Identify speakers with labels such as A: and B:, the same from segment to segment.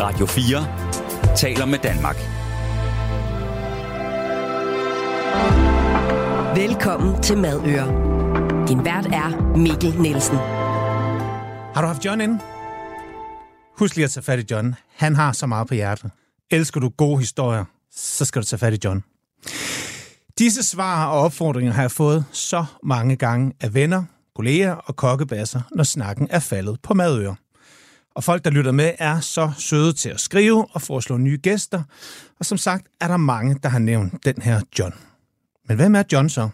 A: Radio 4 taler med Danmark.
B: Velkommen til Madøre. Din vært er Mikkel Nielsen.
C: Har du haft John inde? Husk lige at tage fat i John. Han har så meget på hjertet. Elsker du gode historier, så skal du tage fat i John. Disse svar og opfordringer har jeg fået så mange gange af venner, kolleger og kokkebasser, når snakken er faldet på madøer. Og folk, der lytter med, er så søde til at skrive og foreslå nye gæster. Og som sagt er der mange, der har nævnt den her John. Men hvem er John så?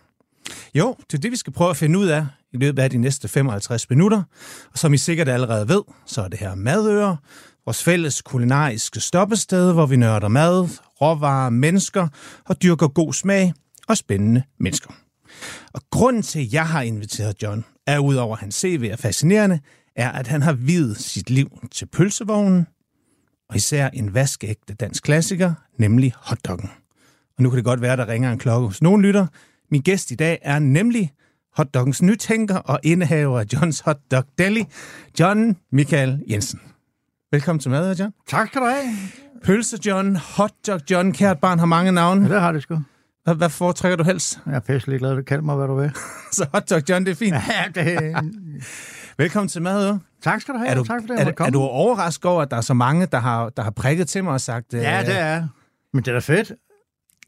C: Jo, det er det, vi skal prøve at finde ud af i løbet af de næste 55 minutter. Og som I sikkert allerede ved, så er det her Madøre, vores fælles kulinariske stoppested, hvor vi nørder mad, råvarer, mennesker og dyrker god smag og spændende mennesker. Og grunden til, at jeg har inviteret John, er udover hans CV er fascinerende, er, at han har videt sit liv til pølsevognen, og især en vaskeægte dansk klassiker, nemlig hotdoggen. Og nu kan det godt være, der ringer en klokke hos nogen lytter. Min gæst i dag er nemlig hotdoggens nytænker og indehaver af Johns Hot Dog Deli, John Michael Jensen. Velkommen til mad, John.
D: Tak skal du have.
C: Pølse John, Hotdog John, kært barn har mange navne.
D: Ja, det har det sgu.
C: Hvad, hvad foretrækker du helst?
D: Jeg er pæstelig glad, du kalder mig, hvad du vil.
C: Så Hotdog John, det er fint.
D: Ja, det...
C: Velkommen til mad, jo.
D: Tak skal du have,
C: Er du,
D: og tak for det,
C: er,
D: jeg
C: du-
D: måtte komme.
C: er du overrasket over, at der er så mange, der har, der har prikket til mig og sagt... øh,
D: Ja, det er Men det er da fedt.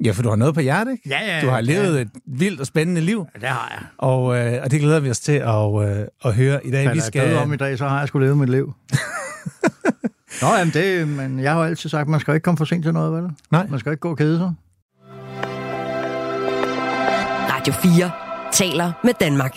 C: Ja, for du har noget på hjertet, ikke?
D: Ja, ja,
C: Du har
D: ja.
C: levet et vildt og spændende liv,
D: Ja, det har jeg.
C: og, øh, og det glæder vi os til at, øh, at høre i dag.
D: Hvad vi skal... jeg er død om i dag, så har jeg skulle leve mit liv. Nå, jamen det, men jeg har jo altid sagt, man skal jo ikke komme for sent til noget, vel?
C: Nej.
D: Man skal jo ikke gå og kede sig.
B: Radio 4 taler med Danmark.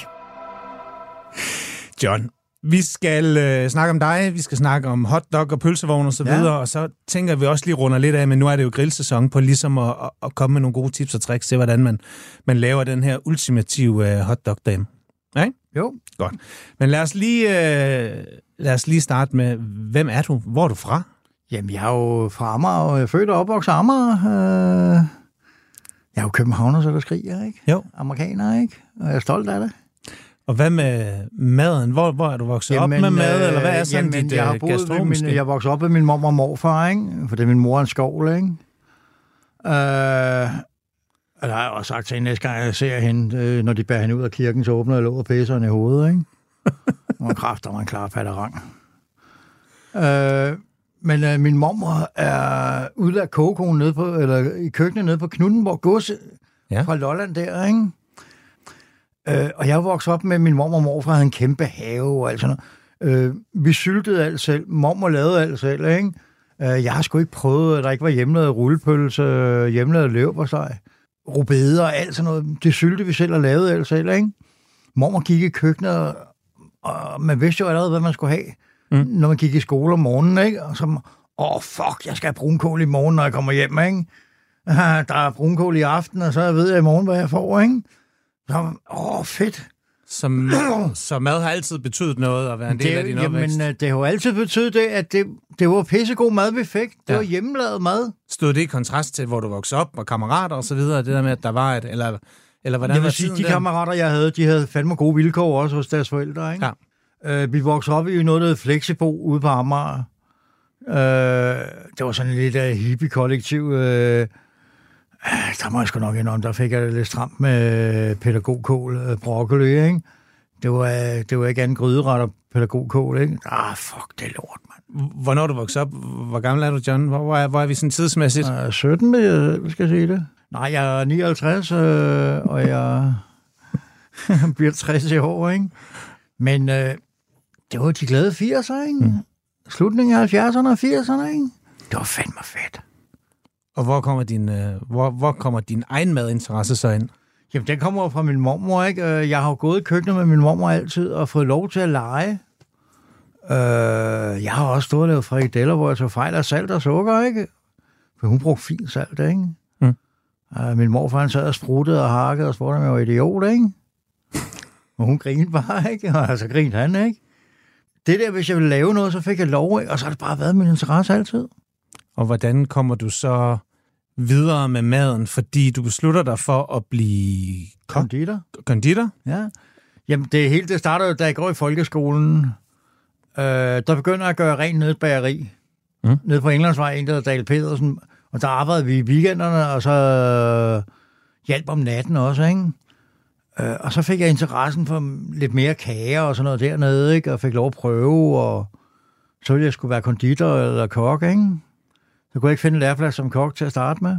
C: John, vi skal øh, snakke om dig, vi skal snakke om hotdog og pølsevogn og så
D: Ja.
C: videre, og så tænker jeg, at vi også lige runder lidt af, men nu er det jo grillsæson, på ligesom at, at- at komme med nogle gode tips og tricks til, hvordan man, man laver den her ultimative øh, hotdog derhjemme. Ikke?
D: Jo,
C: Godt. Men lad os, lige, øh, lad os lige starte med, hvem er du? Hvor er du fra?
D: Jamen, jeg er jo fra Amager, og jeg er født og opvokset i Amager. Øh, jeg er jo københavner, så der skriger, ikke?
C: Jo.
D: Amerikaner, ikke? Og jeg er stolt af det.
C: Og hvad med maden? Hvor, hvor er du vokset jamen, op med mad, eller hvad er sådan
D: øh, jamen,
C: dit
D: jeg
C: jeg
D: har boet ved
C: gastronomiske?
D: Min, jeg voksede op med min mor og morfar, ikke? For det er min mor er en skovl, ikke? Øh, og der har jeg også sagt til hende, næste gang jeg ser hende, øh, når de bærer hende ud af kirken, så åbner jeg låget og pisser hende i hovedet, ikke? Hun kræfter mig en klar patterang. Øh, men øh, min mormor er udlært kogekonen nede på, eller i køkkenet nede på Knuttenborg Gods
C: Ja.
D: ja. fra Lolland der, ikke? Øh, og jeg voksede op med, at min mormor og morfar havde en kæmpe have og alt sådan noget. Øh, vi syltede alt selv. Mormor lavede alt selv, ikke? Øh, jeg har sgu ikke prøvet, at der ikke var hjemmelavet rullepølse, øh, hjemmelavet løbersteg, rubeder og alt sådan noget. Det sylte vi selv og lavede alt selv, ikke? Mormor gik i køkkenet, og- og man vidste jo allerede, hvad man skulle have, mm. når man gik i skole om morgenen, ikke? Og så, åh, oh, fuck, jeg skal have brunkål i morgen, når jeg kommer hjem, ikke? Ah, Der er brunkål i aften, og så ved jeg i morgen, hvad jeg får, ikke? Så, åh, oh, fedt.
C: Som, så mad har altid betydet noget at være en del af din opvækst.
D: jamen, øh, det har jo altid betydet det, at det, det var pissegod mad, vi fik. Det
C: Ja.
D: var hjemmelavet mad.
C: Stod det i kontrast til, hvor du voksede op og kammerater og så videre, det der med, at der var et, eller, eller hvordan
D: Jeg
C: var
D: vil sige,
C: tiden
D: de
C: der?
D: kammerater, jeg havde, de havde fandme gode vilkår også hos deres forældre, ikke?
C: Ja.
D: Øh, vi voksede op i noget, der hed Flexebo ude på Amager. Øh, det var sådan lidt af hippie-kollektiv. Øh, øh, Ah, der må jeg sgu nok indrømme, der fik jeg det lidt stramt med pædagogkål og broccoli, ikke? Det var, øh, det var ikke andet gryderet og pædagogkål, ikke? Ah, fuck det lort, mand.
C: Hvornår du voksede op? Hvor gammel er du, John? Hvor, hvor, er, hvor er vi sådan tidsmæssigt?
D: Jeg er 17, vil jeg, skal jeg sige det? Nej, jeg er 59, øh, og jeg bliver 60 i år, ikke? Men øh, det var de glade 80'er, ikke? Mm. Slutningen af 70'erne og 80'erne, ikke? Det var fandme fedt.
C: Og hvor kommer din, øh, hvor, hvor kommer din egen madinteresse så ind?
D: Jamen, den kommer jo fra min mormor, ikke? Øh, Jeg har jo gået i køkkenet med min mormor altid og fået lov til at lege. Øh, jeg har også stået og lavet frikadeller, hvor jeg så fejl af salt og sukker, ikke? For hun brugte fint salt, ikke?
C: Mm.
D: Øh, min morfar, han sad og spruttede og hakkede og spurgte, om jeg var idiot, ikke? og hun grinede bare, ikke? Og så grinede han, ikke? Det der, hvis jeg ville lave noget, så fik jeg lov, ikke? Og så har det bare været min interesse altid.
C: Og hvordan kommer du så videre med maden, fordi du beslutter dig for at blive kok-
D: Konditor.
C: konditor?
D: Ja. Jamen, det hele det starter jo, da jeg går i folkeskolen. Øh, der begynder jeg at gøre rent nede i et bageri. Mm. Nede på Englandsvej, en der hedder Dale Pedersen. Og der arbejdede vi i weekenderne, og så øh, hjalp om natten også, ikke? Øh, og så fik jeg interessen for lidt mere kager og sådan noget dernede, ikke? Og fik lov at prøve, og så ville jeg skulle være konditor eller kok, ikke? Så kunne jeg ikke finde en læreplads som kok til at starte med.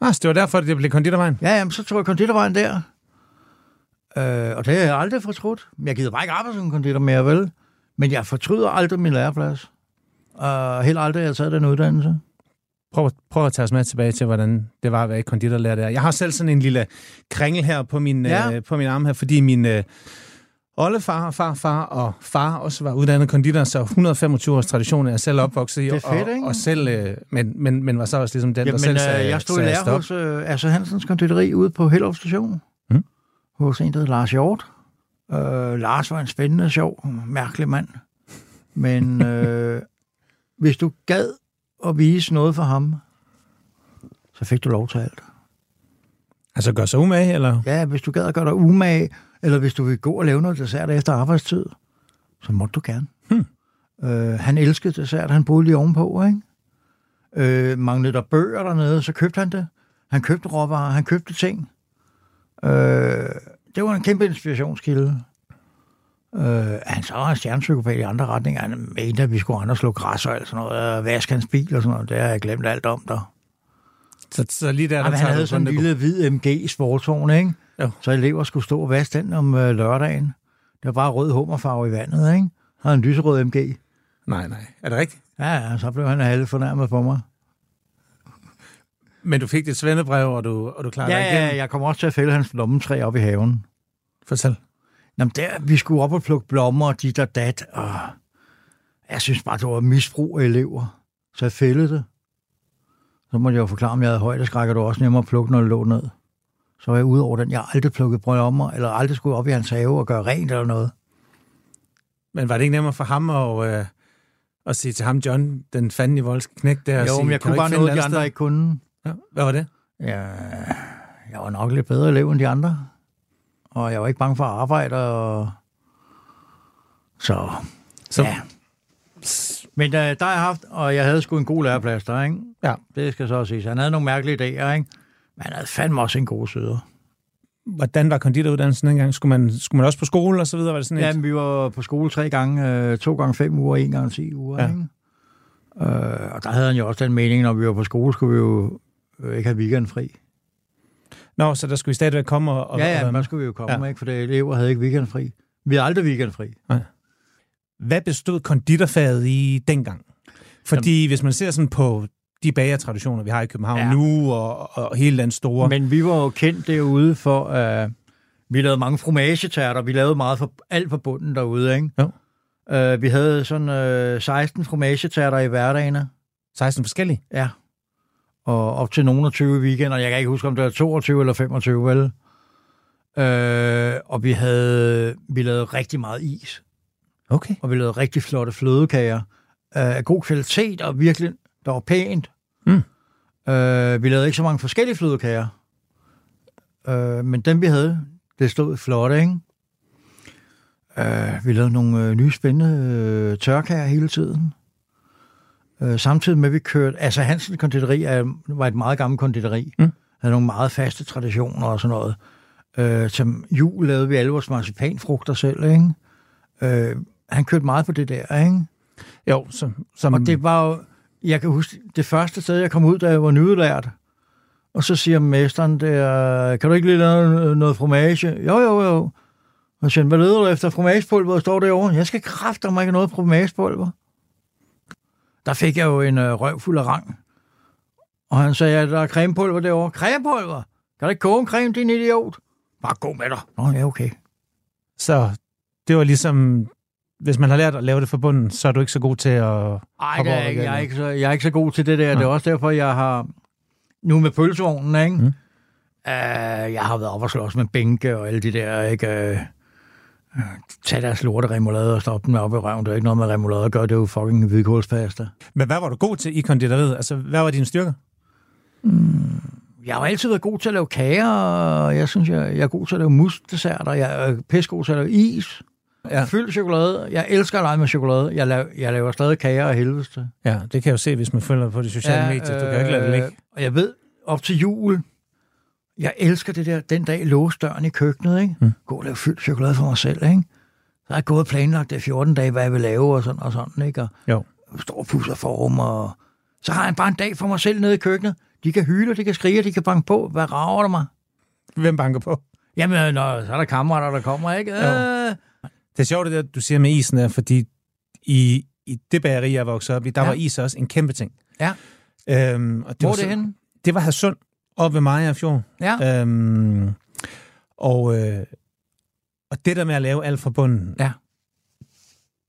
C: Ah, så det var derfor, det blev konditorvejen.
D: Ja, jamen, så tog jeg konditorvejen der. Øh, og det har jeg aldrig fortrudt. Jeg gider bare ikke arbejde som konditor mere, vel? Men jeg fortryder aldrig min læreplads. Og helt aldrig, jeg har taget den uddannelse.
C: prøv, prøv at tage os med tilbage til, hvordan det var at være i konditorlærer der. Jeg har selv sådan en lille kringel her på min, ja.
D: Ja.
C: øh, på min arm her, fordi min øh, oldefar og farfar og far også var uddannet konditor, så 125 års tradition er jeg selv opvokset i.
D: Det er fedt,
C: og,
D: ikke?
C: Og selv, øh, men, men, men var så også ligesom den, der
D: Jamen,
C: selv
D: øh,
C: sagde,
D: jeg stod i
C: sagde
D: lærer
C: stop.
D: hos øh, Asser Hansens konditori ude på Hellerup Station.
C: Mm.
D: Hos en, der hed Lars Hjort. Øh, Lars var en spændende, sjov, mærkelig mand. Men øh, hvis du gad at vise noget for ham, så fik du lov til alt.
C: Altså gør sig umage, eller?
D: Ja, hvis du gad at gøre dig umage, eller hvis du vil gå og lave noget dessert efter arbejdstid, så må du gerne. Hmm. Øh, han elskede dessert, han boede lige ovenpå, ikke? Øh, manglede der bøger dernede, så købte han det. Han købte råvarer, han købte ting. Øh, det var en kæmpe inspirationskilde. Øh, han så var en stjernepsykopat i andre retninger. Han mente, at vi skulle andre slå græs og alt sådan noget, og vaske hans bil og sådan noget. Det har jeg glemt alt om der.
C: Så, så lige der, der
D: Ja, men han
C: tager
D: havde
C: du
D: sådan en
C: den, det
D: lille hvid MG sportsvogn, ikke?
C: Jo.
D: Jo. Så elever skulle stå og vaske den om øh, lørdagen. Det var bare rød hummerfarve i vandet, ikke? Han havde en lyserød MG.
C: gode- Nej, nej. Er det rigtigt?
D: Ja, ja, så blev han halvt fornærmet på mig.
C: Men du fik dit svendebrev, og du, og du klarede
D: Ja,
C: dig igennem?
D: ja, jeg kom også til at fælde hans lommetræ op i haven.
C: Fortæl.
D: Jamen der, vi skulle op og plukke blommer, og dit og dat, og jeg synes bare, det var misbrug af elever. Så jeg fældede det. Så måtte jeg jo forklare, om jeg havde højdeskræk, og det var også nemmere at plukke, når det lå ned. Så var jeg ude over den. Jeg har aldrig plukket blommer, eller aldrig skulle op i hans have og gøre rent eller noget.
C: Men var det ikke nemmere for ham at, øh, at sige til ham, John, den fanden i voldske knæk der? og
D: Jo,
C: sige,
D: men jeg
C: "Kan
D: kunne
C: du ikke
D: bare
C: finde
D: noget,
C: et
D: de
C: andet
D: andre
C: sted?"
D: ikke kunne.
C: Ja. Hvad var det?
D: Ja, jeg var nok lidt bedre elev end de andre. Og jeg var ikke bange for at arbejde. Og... Så,
C: Så,
D: ja. Men øh, der har jeg haft, og jeg havde sgu en god læreplads der, ikke?
C: Ja.
D: Det skal så siges. Han havde nogle mærkelige idéer, ikke? Men han havde fandme også en god søder.
C: Hvordan var konditoruddannelsen dengang? Skulle man, skulle man også på skole og så videre? Var det sådan et...
D: Jamen, vi var på skole tre gange, øh, to gange fem uger, en gange ti uger,
C: Ja.
D: ja. ikke? Øh, og der havde han jo også den mening, når vi var på skole, skulle vi jo øh, ikke have weekendfri.
C: Nå, så der skulle I stadigvæk komme og... og
D: ja, ja,
C: og,
D: men man skulle vi jo komme,
C: Ja.
D: ja. ikke? For det elever havde ikke weekendfri. Vi havde aldrig weekendfri.
C: Hvad bestod konditorfaget i dengang? Fordi Jamen. hvis man ser sådan på de bagertraditioner, vi har i København ja.
D: Ja.
C: nu, og, og hele den store... Men...
D: Men vi var jo kendt derude for, at uh, vi lavede mange fromagetærter. Vi lavede meget for, alt på bunden derude, ikke?
C: Jo.
D: Uh, vi havde sådan uh, 16 fromagetærter i hverdagene.
C: 16 forskellige.
D: Ja. Og op til nogen og 20 i weekenden. Jeg kan ikke huske, om det var 22 eller 25, vel? Uh, og vi havde vi lavede rigtig meget is.
C: Okay.
D: og vi lavede rigtig flotte flødekager øh, af god kvalitet, og virkelig, der var pænt.
C: Mm.
D: Øh, vi lavede ikke så mange forskellige flødekager, øh, men dem vi havde, det stod flot, ikke? Øh, vi lavede nogle øh, nye spændende øh, tørkager hele tiden. Øh, samtidig med, at vi kørte... Altså, Hansen Konditori er, var et meget gammelt konditori.
C: Mm.
D: Havde nogle meget faste traditioner og sådan noget. Øh, som jul lavede vi alle vores marcipanfrugter selv, ikke? Øh, han kørte meget på det der, ikke?
C: Jo, så, som...
D: Og det var jo, jeg kan huske, det første sted, jeg kom ud, da jeg var nyudlært, og så siger mesteren der, kan du ikke lige lave noget fromage? Jo, jo, jo. Og så siger han, hvad leder du efter fromagepulver, der står derovre? Jeg skal kræfte mig ikke noget fromagepulver. Der fik jeg jo en øh, røv fuld af rang. Og han sagde, at der er cremepulver derovre. Cremepulver? Kan du ikke koge en creme, din idiot? Bare gå med dig. Nå, ja, okay.
C: Så det var ligesom... Hvis man har lært at lave det for bunden, så er du ikke så god til at...
D: Ej,
C: Hoppe over
D: det er jeg ikke,
C: igen,
D: jeg, er
C: ja.
D: ikke så, jeg er ikke så god til det der. Det er også derfor, jeg har... Nu med pølsevognen, ikke?
C: Mm.
D: Mm. Uh, jeg har været op og slås med bænke og alle de der, ikke? Uh, tag deres lorte remoulade og stop den op i røven. Det er ikke noget med remoulade at gøre. Det er jo fucking hvidkålspasta.
C: Men hvad var du god til i konditoriet? Altså, hvad var dine styrker?
D: Jeg har jo altid været god til at lave kager, og jeg synes, jeg, jeg er god til at lave musdesserter. Jeg er pissegod til at lave is.
C: Ja.
D: Fyld chokolade. Jeg elsker at lege med chokolade. Jeg laver, jeg laver stadig kager af helvede til.
C: ja, det kan jeg jo se, hvis man følger på de sociale ja, medier. Du kan jo ikke lade
D: øh,
C: det ligge.
D: Og jeg ved, op til jul, jeg elsker det der, den dag låse døren i køkkenet, ikke? Mm. Gå og lave fyldt chokolade for mig selv, ikke? Så har jeg gået og planlagt det i 14 dage, hvad jeg vil lave og sådan og sådan, ikke? Og
C: Jo.
D: står og pusser form, og så har jeg bare en dag for mig selv nede i køkkenet. De kan hyle, de kan skrige, de kan banke på. Hvad rager der mig?
C: Hvem banker på?
D: Jamen, øh, når, så er der kammerater, der kommer, ikke? Øh,
C: Det er sjovt, det der, du siger med isen, er, fordi i, i det bageri, jeg voksede op i, der
D: Ja.
C: ja. var is også en kæmpe ting.
D: ja,
C: Øhm, og det
D: hvor
C: var
D: er det
C: så-
D: henne?
C: Det var Hasund, op ved Maja Fjord.
D: Ja.
C: Øhm, og, øh, og det der med at lave alt fra bunden,
D: Ja.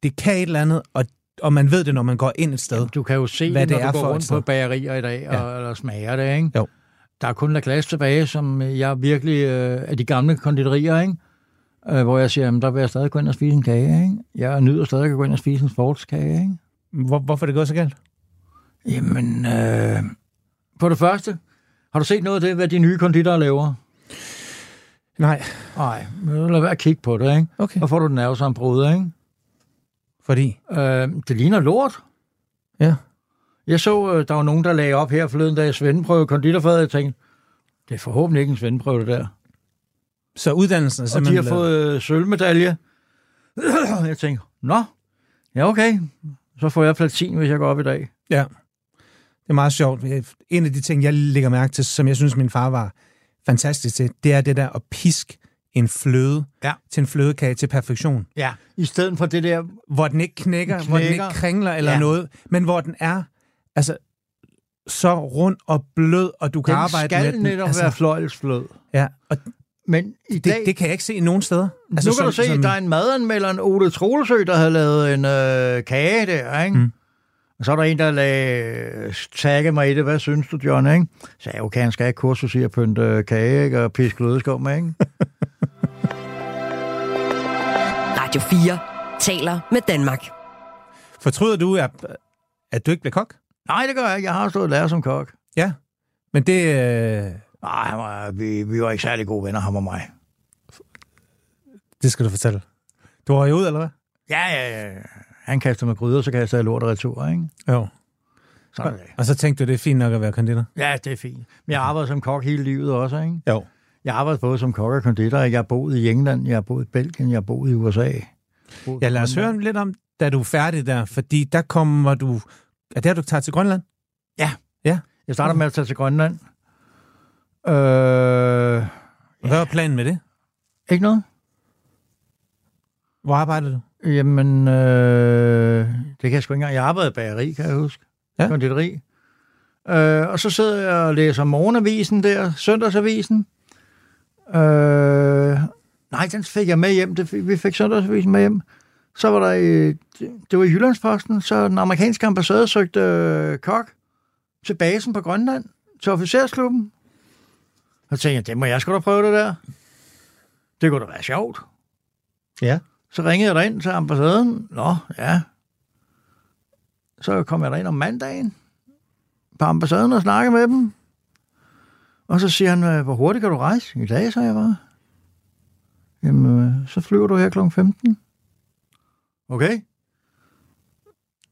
C: det kan et eller andet, og, og man ved det, når man går ind et sted.
D: Du kan jo se
C: Hvad
D: det, når
C: det
D: det
C: er
D: du går
C: for et
D: rundt
C: sted.
D: på bagerier i dag og, eller smager det, ikke?
C: Jo.
D: Der er kun glas tilbage, som jeg virkelig øh, af de gamle konditorier, ikke? Øh, hvor jeg siger, jamen, der vil jeg stadig gå ind og spise en kage, ikke? Jeg nyder stadig at gå ind og spise en sportskage, ikke?
C: Hvor, hvorfor er det gået så galt?
D: Jamen, øh, på det første, har du set noget af det, hvad de nye konditorer laver?
C: Nej,
D: Nej, men lad være at kigge på det, ikke?
C: okay.
D: Så får du den nervesambrud, ikke?
C: Fordi?
D: Øh, det ligner lort.
C: Ja.
D: Jeg så, øh, der var nogen, der lagde op her forleden, da jeg svendeprøvede konditorfaget, og jeg tænkte, det er forhåbentlig ikke en svendeprøve, det der.
C: Så uddannelsen er
D: Og de
C: simpelthen...
D: har fået øh, sølvmedalje. jeg tænkte, nå, ja okay, så får jeg platin, hvis jeg går op i dag.
C: Ja. Det er meget sjovt. En af de ting, jeg lægger mærke til, som jeg synes, min far var fantastisk til, det er det der at piske en fløde
D: Ja.
C: til en flødekage til perfektion.
D: Ja. I stedet for det der,
C: Hvor den ikke knækker, knækker. hvor den ikke
D: knækker.
C: kringler eller
D: Ja.
C: ja. noget, men hvor den er altså så rund og blød, og du kan
D: den
C: arbejde med
D: skal
C: den.
D: netop
C: altså,
D: være fløjelsflød.
C: ja, og
D: Men i
C: det,
D: dag,
C: det kan jeg ikke se nogen steder.
D: Altså, nu kan
C: som-
D: du se,
C: som-
D: der er en madanmelder, en Ole Troelsø, der havde lavet en øh, kage der, ikke? Mm.
C: Mm.
D: Og så er der en, der lagde, tagge mig i det. Hvad synes du, John, ikke? Så sagde jeg, okay, han skal have et kursus i at pynte øh, kage, ikke? Og piske lødeskum, ikke?
B: Radio 4 taler med Danmark.
C: Fortryder du, at, at du ikke blev kok?
D: Nej, det gør jeg ikke. Jeg har stået lærer som kok.
C: Ja. Men det... Øh,
D: Nej, han var- vi, vi var ikke særlig gode venner, ham og mig.
C: det skal du fortælle. Du røg ud, eller hvad?
D: Ja, ja, ja. Han kastede med gryder, så kastede jeg lort og retur, ikke?
C: Jo.
D: Sådan er det.
C: Og så tænkte du, det er fint nok at være konditor?
D: Ja, det er fint. Men jeg arbejdede som kok hele livet også, ikke?
C: Jo.
D: Jeg har arbejdet både som kok og konditor. ikke? Jeg har boet i England, jeg har boet i Belgien, jeg har boet i USA. Boet
C: Ja, lad os høre lidt om, da du er færdig der, fordi der kommer du... Er det, at du tager til Grønland?
D: Jeg starter med at tage til Grønland. Øh,
C: Hvad var planen med det?
D: ikke noget?
C: Hvor arbejder du?
D: Jamen, øh, det kan jeg sgu ikke engang. Jeg arbejdede i bageri, kan jeg huske.
C: Ja.
D: Konditori. Øh, og så sidder jeg og læser morgenavisen der, søndagsavisen. Øh, nej, den fik jeg med hjem. Det fik, vi fik søndagsavisen med hjem. Så var der, øh, det, det var i Jyllandsposten, så den amerikanske ambassade søgte øh, kok til basen på Grønland, til officersklubben. Og så tænkte jeg, det må jeg sgu da prøve det der. Det kunne da være sjovt.
C: Ja.
D: Så ringede jeg derind til ambassaden. Nå, ja. Så kom jeg derind om mandagen på ambassaden og snakkede med dem. Og så siger han, "Øh, hvor hurtigt kan du rejse? I dag, sagde jeg bare. Jamen, øh, så flyver du her kl. 15. Okay.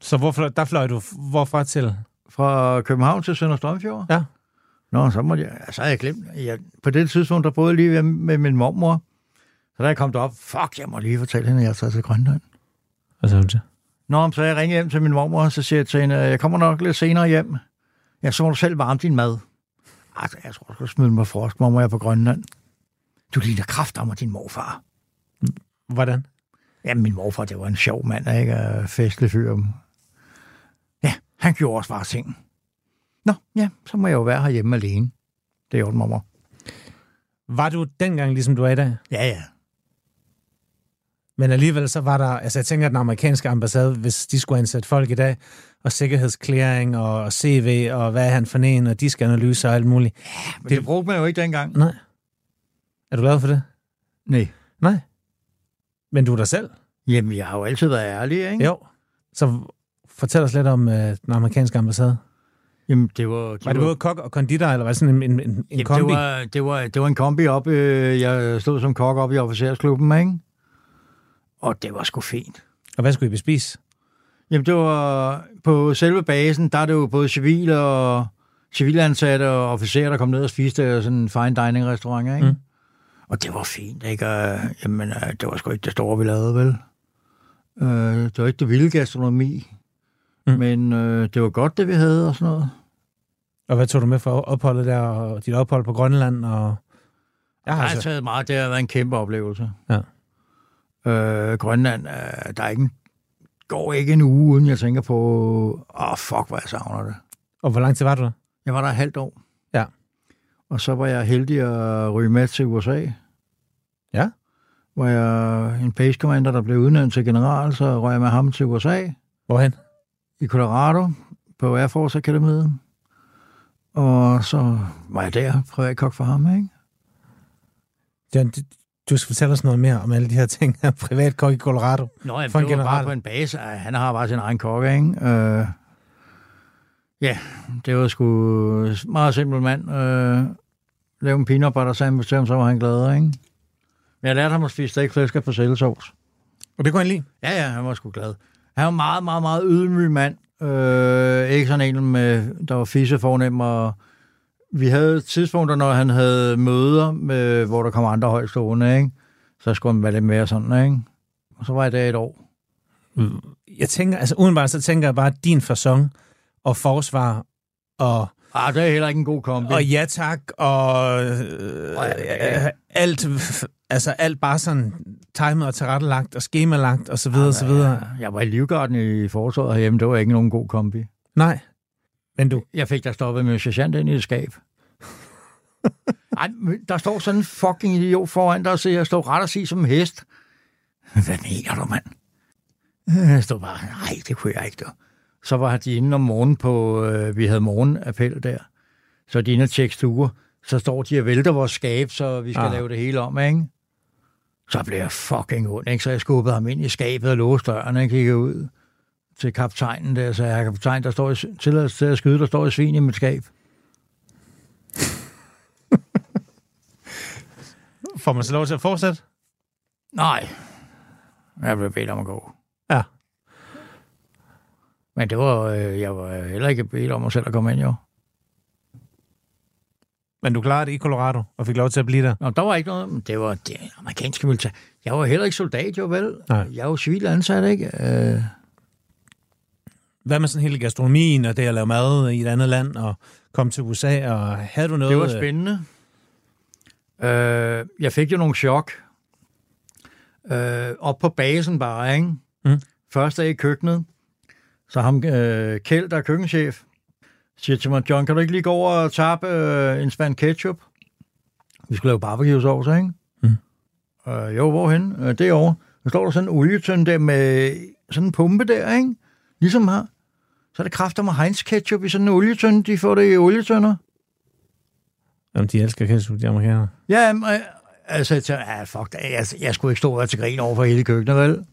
C: Så hvorfor, der fløj du f- hvorfra til?
D: Fra København til Sønder Strømfjord.
C: Ja.
D: Nå, så måtte jeg, ja, så havde jeg glemt. Jeg, på det tidspunkt, der boede jeg lige ved- med min mormor. Så da jeg kom derop, fuck, jeg må lige fortælle hende, at jeg er taget til Grønland.
C: Hvad sagde du til?
D: Nå, men så jeg ringer hjem til min mormor, og så siger jeg til hende, "Øh, jeg kommer nok lidt senere hjem. Ja, så må du selv varme din mad. Ej, jeg tror, du skal smide mig frost, mormor, jeg er på Grønland. Du ligner kraft om din morfar.
C: Hvordan?
D: Ja, min morfar, det var en sjov mand, ikke? Og Festlig fyr. Ja, han gjorde også bare ting. Nå, ja, så må jeg jo være herhjemme alene. Det er jo mormor.
C: Var du dengang, ligesom du er i dag?
D: Ja, ja.
C: Men alligevel så var der... Altså, jeg tænker, at den amerikanske ambassade, hvis de skulle ansætte folk i dag, og sikkerhedsklæring og CV, og hvad er han for en, og de skal analyse og alt muligt.
D: Men det, det brugte man jo ikke dengang.
C: Nej. Er du glad for det?
D: Nej.
C: Nej. Men du er dig selv?
D: Jamen, jeg har jo altid været ærlig, ikke?
C: Jo. Så fortæl os lidt om øh, den amerikanske ambassade.
D: Jamen, det var... De
C: Var det både kok og konditor, eller var det sådan en, en, en, en
D: Jamen,
C: kombi?
D: Det var, det, var, det var en kombi op. Øh, jeg stod som kok op i officersklubben, ikke? og det var sgu fint.
C: Og hvad skulle I bespise?
D: Jamen, det var på selve basen, der er det jo både civile og civilansatte og officerer, der kom ned og spiste i sådan en fine dining restaurant, ikke? Mm. Og det var fint, ikke? Og, jamen, øh, det var sgu ikke det store, vi lavede, vel? Øh, det var ikke det vilde gastronomi,
C: Mm.
D: mm. men øh, det var godt, det vi havde og sådan noget.
C: Og hvad tog du med fra opholdet der, og dit ophold på Grønland? Og... Jeg har
D: Jeg har
C: altså...
D: taget meget. Det har været en kæmpe oplevelse.
C: Ja.
D: Øh, Grønland, øh, der er ikke en, går ikke en uge, uden jeg tænker på, åh, oh, fuck, hvor jeg savner det.
C: Og hvor lang tid var du der?
D: Jeg var der et halvt år.
C: Ja.
D: Og så var jeg heldig at ryge med til USA.
C: Ja.
D: Hvor jeg en base commander, der blev udnævnt til general, så røg jeg med ham til USA
C: Hvorhen?
D: i Colorado på Air Force Akademiet. Og så var jeg der, privatkok for ham, ikke?
C: John, du, du skal fortælle os noget mere om alle de her ting. Privat kok i Colorado.
D: Nå, jeg
C: For en
D: blev
C: general.
D: bare på en base. Ej, Han har bare sin egen kokke, ikke? Øh, ja, det var sgu meget simpel mand. Øh, lave en peanut butter sandwich til ham, så var han glad, ikke? Men jeg lærte ham at spise stegflæsker på sælsovs.
C: Og det kunne han lide.
D: Ja, ja, han var sgu glad. Han var en meget, meget, meget ydmyg mand. Øh, ikke sådan en, med, der var fisse fornem, og vi havde tidspunkter, når han havde møder, med, hvor der kom andre højstående, ikke? så skulle han være lidt mere sådan, ikke? Og så var jeg der et år.
C: Jeg tænker, altså udenbart, så tænker jeg bare, at din fasong og forsvar og,
D: Ah, det er heller ikke en god kombi.
C: og ja tak og øh, øh, alt, altså alt bare sådan timet og tilrettelagt og skemalagt og så videre og så videre.
D: Jeg var i livgarden i forsvaret herhjemme, det var ikke nogen god kombi.
C: Nej, men du,
D: Jeg fik da stoppet med sergeant ind i et skab. Ej, men der står sådan en fucking idiot foran dig, så jeg står ret og sige som en hest. Hvad mener du, mand? Jeg stod bare, nej, det kunne jeg ikke, du. Så var de inde om morgenen på, øh, vi havde morgenappel der. Så er de inde og tjekke stuer. Så står de og vælter vores skab, så vi skal
C: Ah.
D: ah. lave det hele om, ikke? Så blev jeg fucking ond, ikke? Så jeg skubbede ham ind i skabet og låste døren og kiggede ud til kaptajnen der, så jeg kaptajn, der står i, tilladelse til at skyde, der står i svin i mit skab.
C: får man så lov til at fortsætte?
D: Nej. Jeg blev bedt om at gå.
C: Ja.
D: Men det var, øh, jeg var heller ikke bedt om at selv at komme ind, jo.
C: Men du klarede det i Colorado og fik lov til at blive der.
D: Nå, der var ikke noget, men det var det amerikanske militær. Jeg var heller ikke soldat, jo vel?
C: Nej.
D: Jeg var civil ansat, ikke? Øh,
C: Hvad med sådan hele gastronomien og det at lave mad i et andet land og komme til USA og havde du noget?
D: det var
C: øh,
D: spændende. Øh, jeg fik jo nogle chok. Øh, op på basen bare, ikke?
C: Mm.
D: Først dag i køkkenet. Så ham, øh, Kjeld, der er køkkenchef, siger til mig, John, kan du ikke lige gå over og tappe øh, en spand ketchup? Vi skulle lave barbecue sauce, ikke? Mm. Øh, jo, hvorhen? Øh, derovre. Så står der sådan en olietønde der med sådan en pumpe der, ikke? Ligesom her. Så er det kræfter med Heinz ketchup i sådan en olietønde. De får det i olietønder.
C: øh, Jamen, de elsker ketchup, de amerikanere.
D: Ja, men, øh, altså, jeg tænkte, ja, fuck det, jeg, jeg skulle ikke stå her til grin over for hele køkkenet, vel?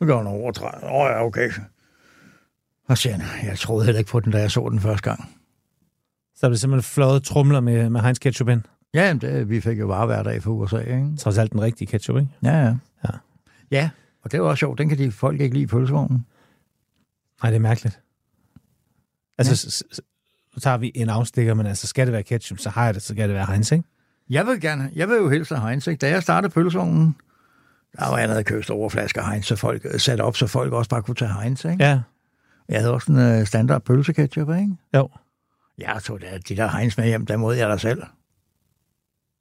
D: Nu gør hun over 30. Åh, ja, okay. Og så siger han, jeg troede heller ikke på den, da jeg så den første gang.
C: Så er det simpelthen fløjet trumler med, med Heinz ketchup ind.
D: Ja, jamen, det, vi fik jo bare hver dag fra USA, ikke?
C: Trods alt den rigtige ketchup, ikke?
D: Ja, ja.
C: Ja.
D: Ja, og det var også sjovt. Den kan de folk ikke lide i pølsevognen.
C: Nej, det er mærkeligt. Altså, ja. s- s- nu tager vi en afstikker, men altså, skal det være ketchup, så har jeg det, så skal det være Heinz, ikke?
D: Jeg vil gerne, jeg vil jo helst have Heinz, ikke? Da jeg startede pølsevognen, der var jeg nede og købte store flasker Heinz, så folk øh, sat op, så folk også bare kunne tage Heinz, ikke? Ja. Jeg havde også en øh, standard pølseketchup, ikke?
C: Jo.
D: Jeg tog da de der Heinz med hjem, der mod jeg dig selv.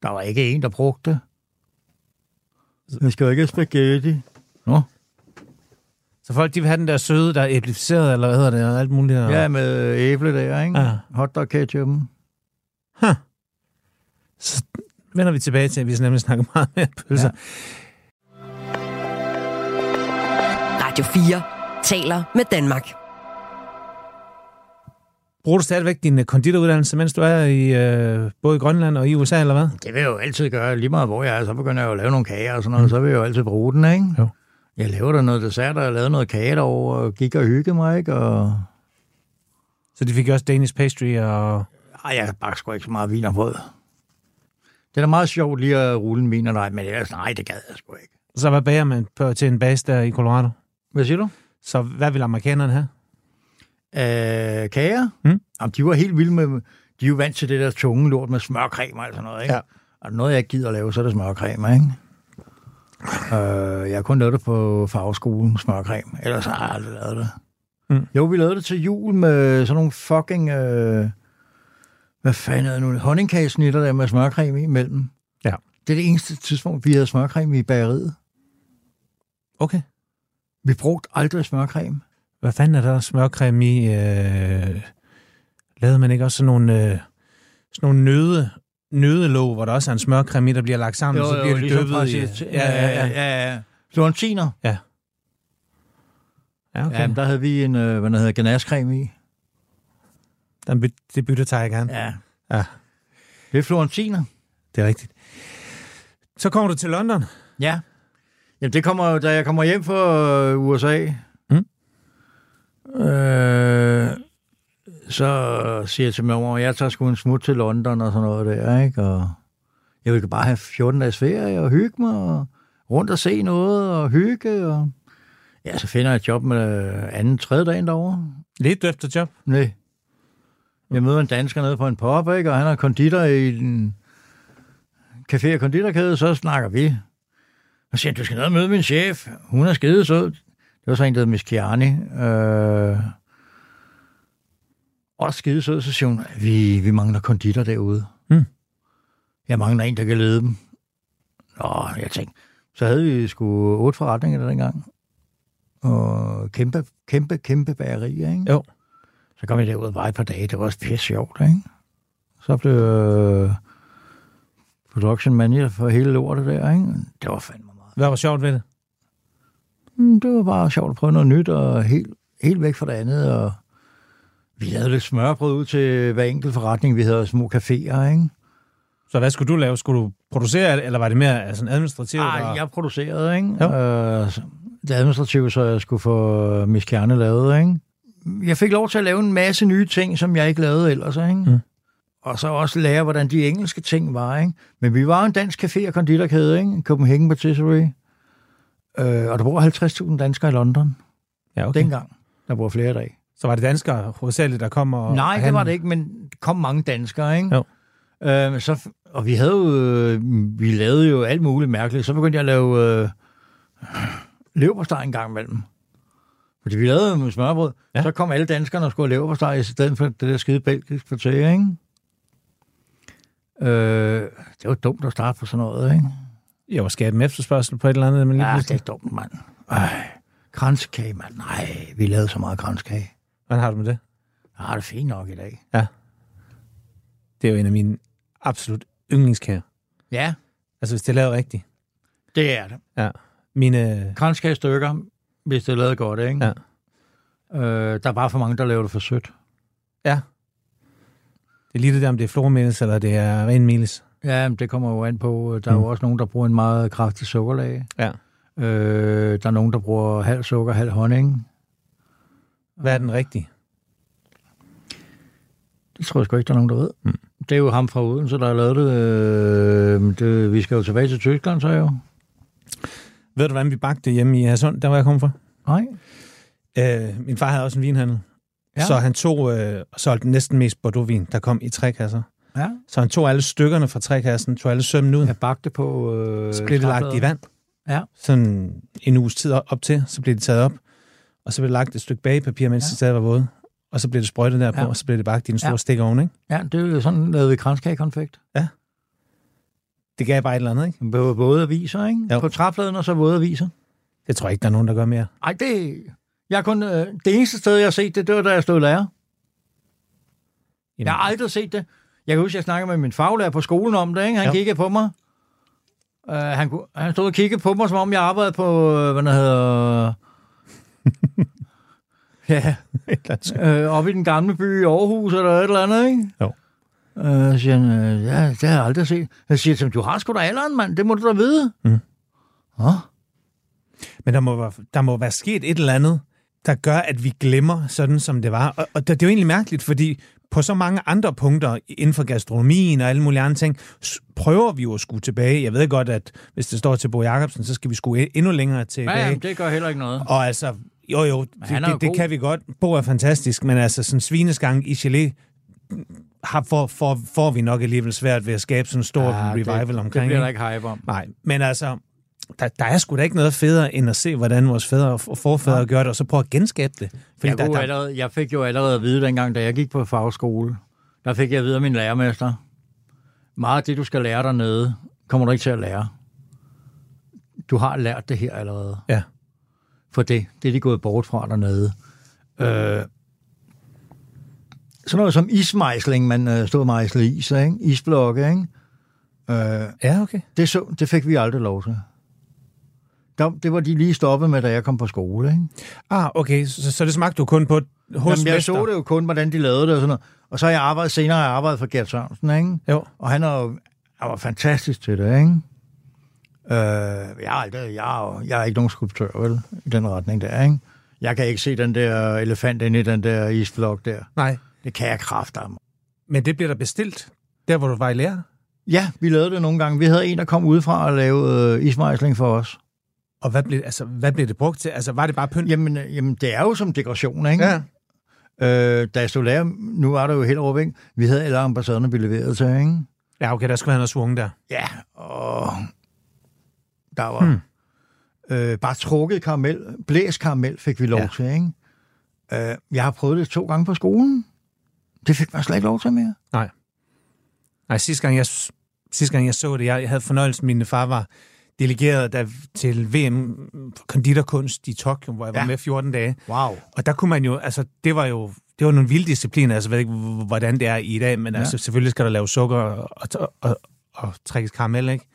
D: Der var ikke en, der brugte det. Jeg skal jo ikke have spaghetti. Nå?
C: Så folk, de vil have den der søde, der er æblificeret, eller hvad hedder det, og alt muligt. Og...
D: Ja, med æble der, ikke?
C: Ja.
D: Hotdog ketchupen.
C: Så vender vi tilbage til, at vi nemlig snakker meget mere pølser. Ja.
B: Radio 4 taler med Danmark.
C: Bruger du stadigvæk din øh, konditoruddannelse, mens du er i øh, både i Grønland og i USA, eller hvad?
D: Det vil jeg jo altid gøre, lige meget hvor jeg er. Så begynder jeg jo at lave nogle kager og sådan noget, så vil jeg Mm. jo altid bruge den, ikke?
C: Jo.
D: Jeg laver der noget dessert, og jeg lavede noget kage derovre, og gik og hyggede mig, ikke? Og...
C: Så de fik også Danish pastry og...
D: Ej, jeg bakker sgu ikke så meget vin og brød. Det er da meget sjovt lige at rulle en vin og nej, men ellers, nej, det gad jeg sgu ikke.
C: Så hvad bager man på, til en base der i Colorado?
D: Hvad siger du?
C: Så hvad vil amerikanerne have?
D: Øh, kager?
C: Mm.
D: Jamen, de var helt vilde med... De er jo vant til det der tunge lort med smørcreme og sådan noget, ikke?
C: Ja.
D: Og er der noget, jeg ikke gider at lave, så er det smørcreme, ikke? Øh, jeg har kun lavet det på farveskolen, smørcreme. Ellers har jeg aldrig lavet det.
C: Mm.
D: Jo, vi lavede det til jul med sådan nogle fucking... Øh, hvad fanden er det nu? Honningkagesnitter der med smørcreme imellem.
C: Ja.
D: Det er det eneste tidspunkt, vi havde smørcreme i bageriet.
C: Okay.
D: Vi brugte aldrig smørcreme.
C: Hvad fanden er der smørcreme i? Øh, lavede man ikke også sådan nogle, øh, sådan nogle nøde, nødelåg, hvor der også er en smørcreme i, der bliver lagt sammen, så bliver det døbet i...
D: Ja, ligesom ja, ja. ja. Florentiner.
C: ja, okay.
D: Okay. Ja, men der havde vi en, øh, hvad der hedder, ganascreme i.
C: Den by- det bytter tager jeg gerne. Ja. ja.
D: Det er Florentiner.
C: Det er rigtigt. Så kommer du til London.
D: Ja. Jamen, det kommer, jo- da jeg kommer hjem fra øh, USA,
C: Mm.
D: øh, så siger jeg til min mor, jeg tager sgu en smut til London og sådan noget der, ikke? Og jeg ville bare have 14 dages ferie og hygge mig, og rundt og se noget og hygge, og ja, så finder jeg et job med øh, anden, tredje dagen derovre.
C: Lidt efter job.
D: Nej. Jeg møder en dansker nede på en pop, ikke? og han er konditor i en café- og konditorkæde, så snakker vi. Og siger, han, du skal ned og møde min chef. Hun er skide sød. Det var så en, der hed Miss Kiani. Øh, også skide sød, så siger hun, vi, vi mangler konditor derude.
C: Mm.
D: Jeg mangler en, der kan lede dem. Nå, jeg tænkte, så havde vi sgu otte forretninger der dengang. Og kæmpe, kæmpe, kæmpe bagerier, ikke?
C: Jo.
D: Så kom jeg derud bare et par dage. Det var også pisse sjovt, ikke? Så blev øh, production manager for hele lortet der, ikke? Det var fandme meget.
C: Hvad var sjovt ved det?
D: Mm, Det var bare sjovt at prøve noget nyt, og helt, helt væk fra det andet, og vi lavede lidt smørbrød ud til hver enkelt forretning. Vi havde små caféer, ikke?
C: Så hvad skulle du lave? Skulle du producere det, eller var det mere altså, administrativt?
D: Nej,
C: og-
D: Ah, jeg producerede, ikke?
C: Jo.
D: Øh, så- det administrative, så jeg skulle få øh, Miss Kjerne lavet, ikke? Jeg fik lov til at lave en masse nye ting, som jeg ikke lavede ellers, ikke?
C: Mm.
D: Mm. Og så også lære, hvordan de engelske ting var, ikke? Men vi var jo en dansk café- og konditorkæde, ikke? Copenhagen Patisserie. Øh, og der bor 50.000 danskere i London
C: Ja,
D: okay. dengang. Der bor flere i dag.
C: Så var det danskere hovedsageligt, der kom og...
D: Nej,
C: og
D: det var det ikke, men der kom mange danskere, ikke?
C: Jo.
D: Øh, så, f- og vi havde jo, øh, vi lavede jo alt muligt mærkeligt. Så begyndte jeg at lave øh, leverpostej en gang imellem. Fordi vi lavede med smørbrød.
C: Ja.
D: Ja. Så kom alle danskerne og skulle have leverpostej i stedet for det der skide belgisk kvarter, ikke? Øh, det var dumt at starte på sådan noget, ikke?
C: Jeg var skabt med efterspørgsel på et eller andet, men lige
D: Ja, det er
C: pludselig...
D: dumt, mand. Ej, kranskage, mand. Nej, vi lavede så meget kranskage.
C: Hvordan har du med det?
D: Ah, det er fint nok i dag.
C: Det er jo en af mine absolut yndlingskager.
D: Ja,
C: Altså, hvis det er lavet rigtigt.
D: det er det.
C: Ja. Mine...
D: kranskage stykker, hvis det er lavet godt, ikke?
C: Ja.
D: Øh, der er bare for mange, der laver det for sødt.
C: Ja. Det er lige det der, om det er flormelis, eller det er ren melis.
D: Ja, men det kommer jo an på, øh, der er jo også nogen, der bruger en meget kraftig sukkerlag.
C: Mm. Ja.
D: Øh, der er nogen, der bruger halv sukker, halv honning.
C: Hvad er den rigtige?
D: Det tror jeg sgu ikke, der er nogen, der ved. Mm. Det er jo ham fra Odense, der har lavet det. Øh, men det. Vi skal jo tilbage til Tyskland, så jo.
C: Ved du, hvordan vi bagte det hjemme i Hersund, der hvor jeg kom fra?
D: Nej.
C: Øh, min far havde også en vinhandel. Ja.
D: Ja.
C: Så han tog øh, og solgte næsten mest Bordeaux-vin, der kom i tre kasser.
D: Ja.
C: Så han tog alle stykkerne fra trækassen, tog alle sømmen ud, ja,
D: Jeg bagte på... Øh,
C: så blev det lagt i
D: træplader.
C: vand.
D: Ja.
C: Sådan en uges tid op til, så blev det taget op, og så blev det lagt et stykke bagepapir, mens ja.
D: Ja.
C: det stadig var våde. Og så blev det sprøjtet derpå, ja.
D: Ja.
C: og så blev det bagt i en stor ja.
D: Ja.
C: stikovn, ikke?
D: Ja, det er jo sådan, lavede vi kranskagekonfekt.
C: Det gav bare et eller andet, ikke?
D: Både våde aviser, ikke?
C: Jo.
D: På træpladen og så våde aviser.
C: Det tror jeg ikke, der er nogen, der gør mere.
D: Ej, det... Jeg har kun, øh, det eneste sted, jeg har set det, det var, da jeg stod lærer.
C: Jamen,
D: Jeg har aldrig set det. Jeg kan huske, jeg snakkede med min faglærer på skolen om det. Ikke? Han
C: Ja.
D: ja. kiggede på mig. Uh, han, kunne- han stod og kiggede på mig, som om jeg arbejdede på, øh, hvad der hedder... ja, øh, oppe i den gamle by i Aarhus eller et eller andet, ikke?
C: Jo.
D: Øh, så siger han, øh, ja, det har jeg aldrig set. Jeg siger til ham, du har sgu da alderen, mand. Det må du da vide.
C: Mm.
D: Hå?
C: Men der må, være- der må være sket et eller andet, der gør, at vi glemmer sådan, som det var. Og, og det, det er jo egentlig mærkeligt, fordi på så mange andre punkter inden for gastronomien og alle mulige andre ting, s- prøver vi jo at skue tilbage. Jeg ved godt, at hvis det står til Bo Jacobsen, så skal vi skue e, endnu længere tilbage.
E: Ja, jamen, det gør heller ikke noget.
C: Og altså, jo jo,
E: han
C: det,
E: er jo
C: det, det
E: god.
C: kan vi godt. Bo er fantastisk, men altså sådan svineskang i gelé, har, får, får, får vi nok alligevel svært ved at skabe sådan en stor ja, revival
E: det,
C: omkring.
E: Det bliver
C: ikke?
E: der ikke hype om.
C: Nej, men altså, der, der er sgu da ikke noget federe, end at se, hvordan vores fædre og for- forfædre ja. gør det, og så prøve at genskabe det.
E: Jeg,
C: der,
E: kunne
C: der,
E: allerede, jeg fik jo allerede at vide dengang, da jeg gik på fagskole, der fik jeg at vide af min lærermester, meget af det, du skal lære dernede, kommer du ikke til at lære. Du har lært det her allerede.
C: ja.
E: for det. Det er de gået bort fra dernede. Øh,
D: Sådan noget som ismejsling, man øh, stod og mejslede is, ikke? isblokke, ikke? Øh,
C: ja, okay.
D: det, så, det fik vi aldrig lov til. Der, det var de lige stoppet med, da jeg kom på skole. Ikke?
C: Ah, okay, så, så det smagte du kun på hos
D: Jamen, jeg
C: mester.
D: så det jo kun, hvordan de lavede det og sådan noget. Og så har jeg arbejdet, senere har jeg arbejdet for Gert Sørensen, ikke?
C: Jo.
D: Og han, er jo, han var fantastisk til det, ikke? Øh, jeg, er aldrig, jeg, er, jo- jeg er ikke nogen skulptør, vel? I den retning der, ikke? Jeg kan ikke se den der elefant inde i den der isblok der.
C: Nej,
D: Det kan jeg kræfte mig.
C: men det bliver der bestilt, der hvor du var i lære.
D: Ja, vi lavede det nogle gange. Vi havde en, der kom udefra og lavede øh, ismejsling for os.
C: Og hvad blev, altså, hvad blev det brugt til? Altså, var det bare pynt?
D: Jamen, øh, jamen, det er jo som dekoration, ikke? Øh, da jeg stod lærer, nu var der jo Hellerup, ikke? Vi havde alle ambassaderne blevet leveret til, ikke?
C: ja, okay, der skulle han have svunget der.
D: Ja, og der var hmm. øh, bare trukket karamel, blæst karamel fik vi lov
C: Ja.
D: ja. til, ikke? Øh, jeg har prøvet det to gange på skolen. Det fik man slet ikke lov til mere.
C: Nej. Nej, sidste gang jeg, sidste gang jeg så det, jeg, jeg havde fornøjelsen, min far var delegeret der, til VM for konditorkunst i Tokyo, hvor jeg var
D: Ja.
C: med 14 dage.
D: Wow.
C: Og der kunne man jo, altså det var jo, det var nogle vilde discipliner, altså jeg ved ikke, h- hvordan det er i dag, men ja. altså selvfølgelig skal der lave sukker og, og, og, og trækkes karamel, ikke?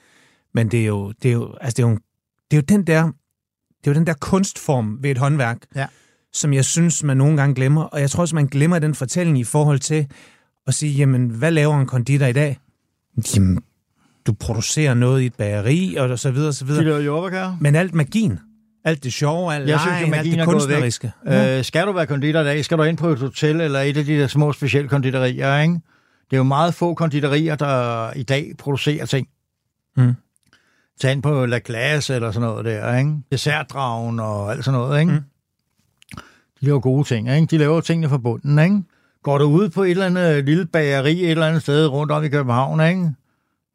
C: Men det er jo, det er jo, altså det er jo, en- det er jo den der, det er jo den der kunstform ved et håndværk,
D: Ja.
C: som jeg synes, man nogle gange glemmer, og jeg tror også, man glemmer den fortælling i forhold til at sige, jamen, hvad laver en konditor i dag? Jamen, du producerer noget i et bageri, og så videre, og så
D: De
C: videre.
D: lavede jordbærkager.
C: Men alt magien, alt det sjove, alt
D: Jeg synes,
C: lejen,
D: at
C: alt
D: magien
C: det
D: er gået væk.
C: kunstneriske.
D: Øh, skal du være konditor i dag? Skal du ind på et hotel eller et af de der små specielle konditorier, ikke? Det er jo meget få konditorier, der i dag producerer ting.
C: Mm.
D: Tag ind på La Glace eller sådan noget der, ikke? Dessertdragen og alt sådan noget, ikke? Mm. De laver gode ting, ikke? De laver tingene fra bunden, ikke? Går du ud på et eller andet lille bageri et eller andet sted rundt om i København, ikke?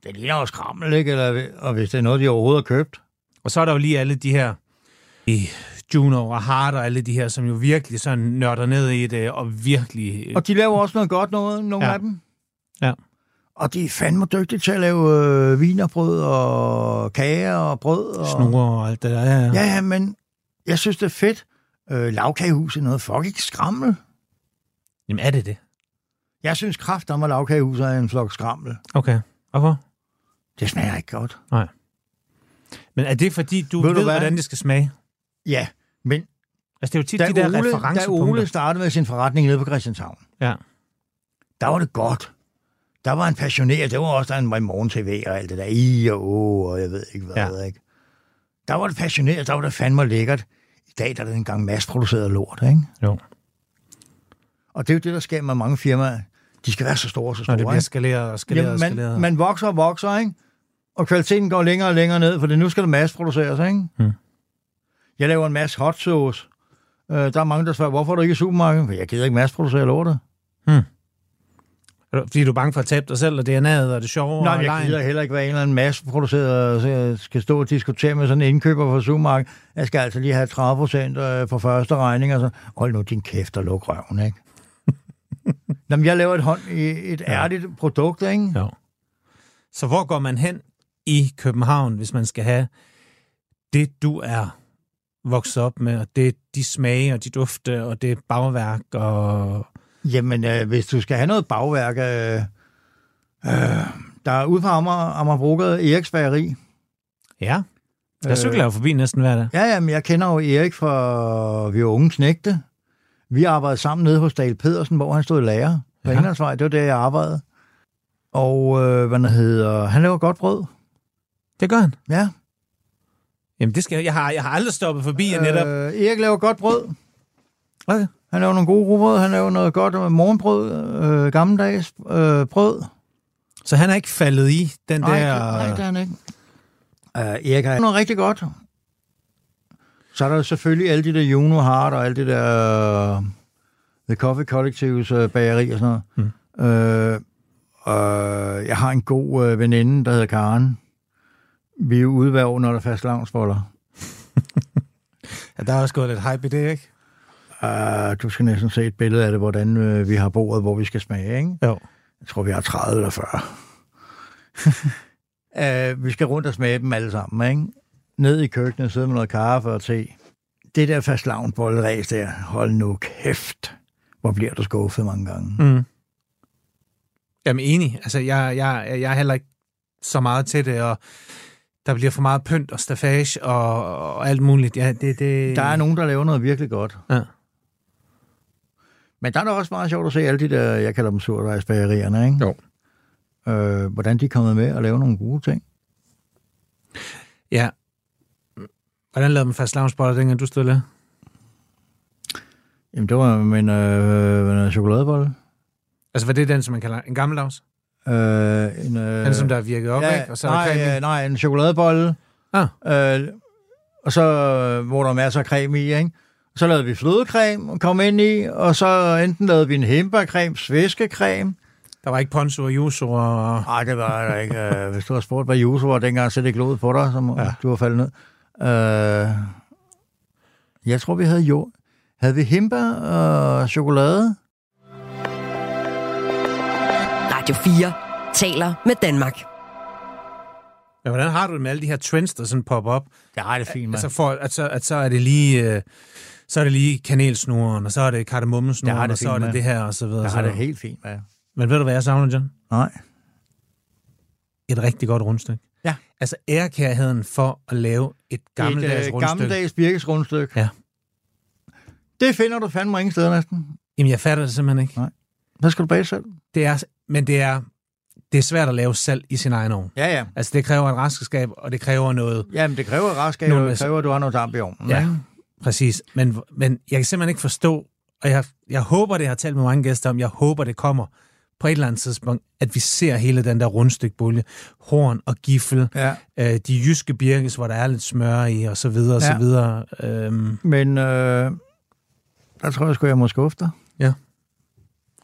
D: Det ligner også krammel, ikke? Eller, og hvis det er noget, de overhovedet har købt.
C: Og så er der jo lige alle de her i Juno og Hart og alle de her, som jo virkelig sådan nørder ned i det, og virkelig... øh,
D: Og de laver også noget godt, noget, nogle
C: Ja.
D: ja. af dem.
C: Ja.
D: Og de er fandme dygtige til at lave øh, vinerbrød og kager og brød. Og...
C: Snure og alt det der. Ja, ja.
D: Ja, ja, men jeg synes, det er fedt. Øh, lavkagehus er noget fucking skrammel.
C: Jamen er det det?
D: Jeg synes kraft om, at lavkagehus er en flok skrammel.
C: Okay. Hvorfor?
D: Det smager ikke godt.
C: Men er det fordi, du
D: Ved
C: ved,
D: du
C: ved
D: hvad?
C: hvordan det skal smage?
D: Ja, men
C: Altså det er jo tit
D: da,
C: de der
D: Ole, da
C: referencepunkter.
D: Ole startede med sin forretning nede på Christianshavn,
C: Ja.
D: der var det godt. Der var en passioneret, det var også, da han var i morgen-tv og alt det der i og å, og jeg ved ikke hvad, ja. ikke? Der var det passioneret, der var det fandme lækkert. I dag der er det en gang masseproduceret lort, ikke?
C: Jo.
D: Og det er jo det, der sker med mange firmaer. De skal være så store og så
C: Når
D: store,
C: det bliver
D: ikke?
C: skaleret og skaleret og
D: Jamen,
C: skaleret.
D: man, man vokser og vokser, ikke? Og kvaliteten går længere og længere ned, for det nu skal det masseproduceres, ikke?
C: Mm.
D: Jeg laver en masse hot sauce. Øh, der er mange, der spørger, hvorfor er du ikke i supermarkedet? For jeg gider ikke masseproducere lortet.
C: Er du- Fordi du er bange for at tabe dig selv, og DNA'et og det sjove
D: Nej,
C: og
D: men jeg
C: lejen.
D: gider heller ikke være en eller anden masseproduceret, øh, så jeg skal stå og diskutere med sådan en indkøber fra supermarkedet. Jeg skal altså lige have 30 procent på første regning, og så hold nu din kæft og luk røven, ikke? Jamen, jeg laver et, hånd, et ærligt produkt, ikke?
C: Jo. Så hvor går man hen i København, hvis man skal have det, du er vokset op med, og det de smage, og de dufte, og det bagværk, og
D: Jamen, øh, hvis du skal have noget bagværk, øh, øh, der er ude på Amager, Amagerbrogade, Eriks Bageri.
C: Ja.
D: Øh.
C: Jeg cykler jo forbi næsten hver dag.
D: Ja, ja, men jeg kender jo Erik fra, vi var unge knægte. Vi arbejdede sammen nede hos Dale Pedersen, hvor han stod lærer på
C: Ja.
D: ja. Englandsvej. Det var der, jeg arbejdede. Og øh, hvad det hedder, han laver godt brød.
C: Det gør han.
D: Ja.
C: Jamen, det skal jeg. Jeg har, jeg har aldrig stoppet forbi, og netop...
D: Øh, Erik laver godt brød.
C: Okay.
D: Han laver nogle gode rugbrød, han laver noget godt med morgenbrød, øh, gammeldags øh, brød.
C: Så han er ikke faldet i den
D: Nej,
C: der...
D: nej, det er han ikke. Uh, Erik har noget rigtig godt. Så er der jo selvfølgelig alle de der Juno Hart og alle de der uh, The Coffee Collectives uh, bageri og sådan noget. Mm. Uh, uh, jeg har en god uh, veninde, der hedder Karen. Vi er jo ude hver år, når der er fast lavnsfolder.
C: Ja, der er også gået lidt hype i det, ikke?
D: Uh, du skal næsten se et billede af det, hvordan uh, vi har bordet, hvor vi skal smage, ikke?
C: Jo.
D: Jeg tror, vi har 30 eller 40. uh, vi skal rundt og smage dem alle sammen, ikke? Ned i køkkenet, sidde med noget kaffe og te. Det der fast lavnbolleræs der, hold nu kæft. Hvor bliver du skuffet mange gange. Mm.
C: Jamen enig. Altså, jeg, jeg, jeg er heller ikke så meget til det, og der bliver for meget pynt og stafage og, og alt muligt. Ja, det, det...
D: Der er nogen, der laver noget virkelig godt.
C: Ja.
D: Men der er da også meget sjovt at se alle de der, jeg kalder dem surdejsbagerierne, ikke?
C: Jo.
D: Øh, hvordan de er kommet med at lave nogle gode ting.
C: Ja. Hvordan lavede man fast lavnsboller, dengang du stod der?
D: Jamen, det var min øh, en chokoladebolle.
C: Altså, var det den, som man kalder en gammeldags?
D: Øh, en, øh,
C: Øh, den, som der er virket op, ikke? Og så er der
D: nej,
C: creme i.
D: øh, nej, en chokoladebolle.
C: Ah.
D: Øh, og så, øh, hvor der er masser af creme i, ikke? Så lavede vi flødecreme og kom ind i, og så enten lavede vi en hembærcreme, svæskecreme.
C: Der var ikke ponzo og juso og...
D: Nej, det var der ikke. Øh, Hvis du har spurgt, hvad Juso var dengang, så er det glod på dig, som ja. du var faldet ned. Øh, jeg tror, vi havde jord. Havde vi hembær og chokolade?
B: Radio 4 taler med Danmark.
C: Ja, hvordan har du det med alle de her trends, der sådan popper op?
D: Ja, det er fint,
C: Altså, for, at, så, at så er det lige... Øh, så er det lige kanelsnoren, og så er det kardemommesnoren,
D: Jeg har det
C: og så
D: fint
C: er det
D: med.
C: det her, og så videre.
D: Jeg
C: og så
D: har det
C: videre.
D: helt fint, med.
C: Men ved du, hvad jeg savner, John?
D: Altså- Nej.
C: Et rigtig godt rundstykke.
D: Ja.
C: Altså ærekærheden for at lave et gammeldags
D: et, øh,
C: rundstykke.
D: gammeldags birkesrundstykke.
C: Ja.
D: Det finder du fandme ingen steder næsten.
C: Jamen, jeg fatter det simpelthen ikke.
D: Nej. Hvad skal du bage selv?
C: Det er, men det er, det er svært at lave selv i sin egen ovn.
D: Ja, ja.
C: Altså, det kræver et raskeskab, og det kræver noget.
D: Jamen, det kræver raskab,
C: Nogle
D: og det
C: masse-
D: kræver, at du har noget damp i ovnen.
C: Ja,
D: ikke?
C: præcis. Men, men jeg kan simpelthen ikke forstå, og jeg, jeg håber, det jeg har talt med mange gæster om, jeg håber, det kommer på et eller andet tidspunkt, at vi ser hele den der rundstykbulje, horn og gifle,
D: ja.
C: øh, de jyske birkes, hvor der er lidt smør i, og så videre, og
D: Ja.
C: så videre. Øhm,
D: Men øh, der tror jeg sgu, jeg må skuffe dig.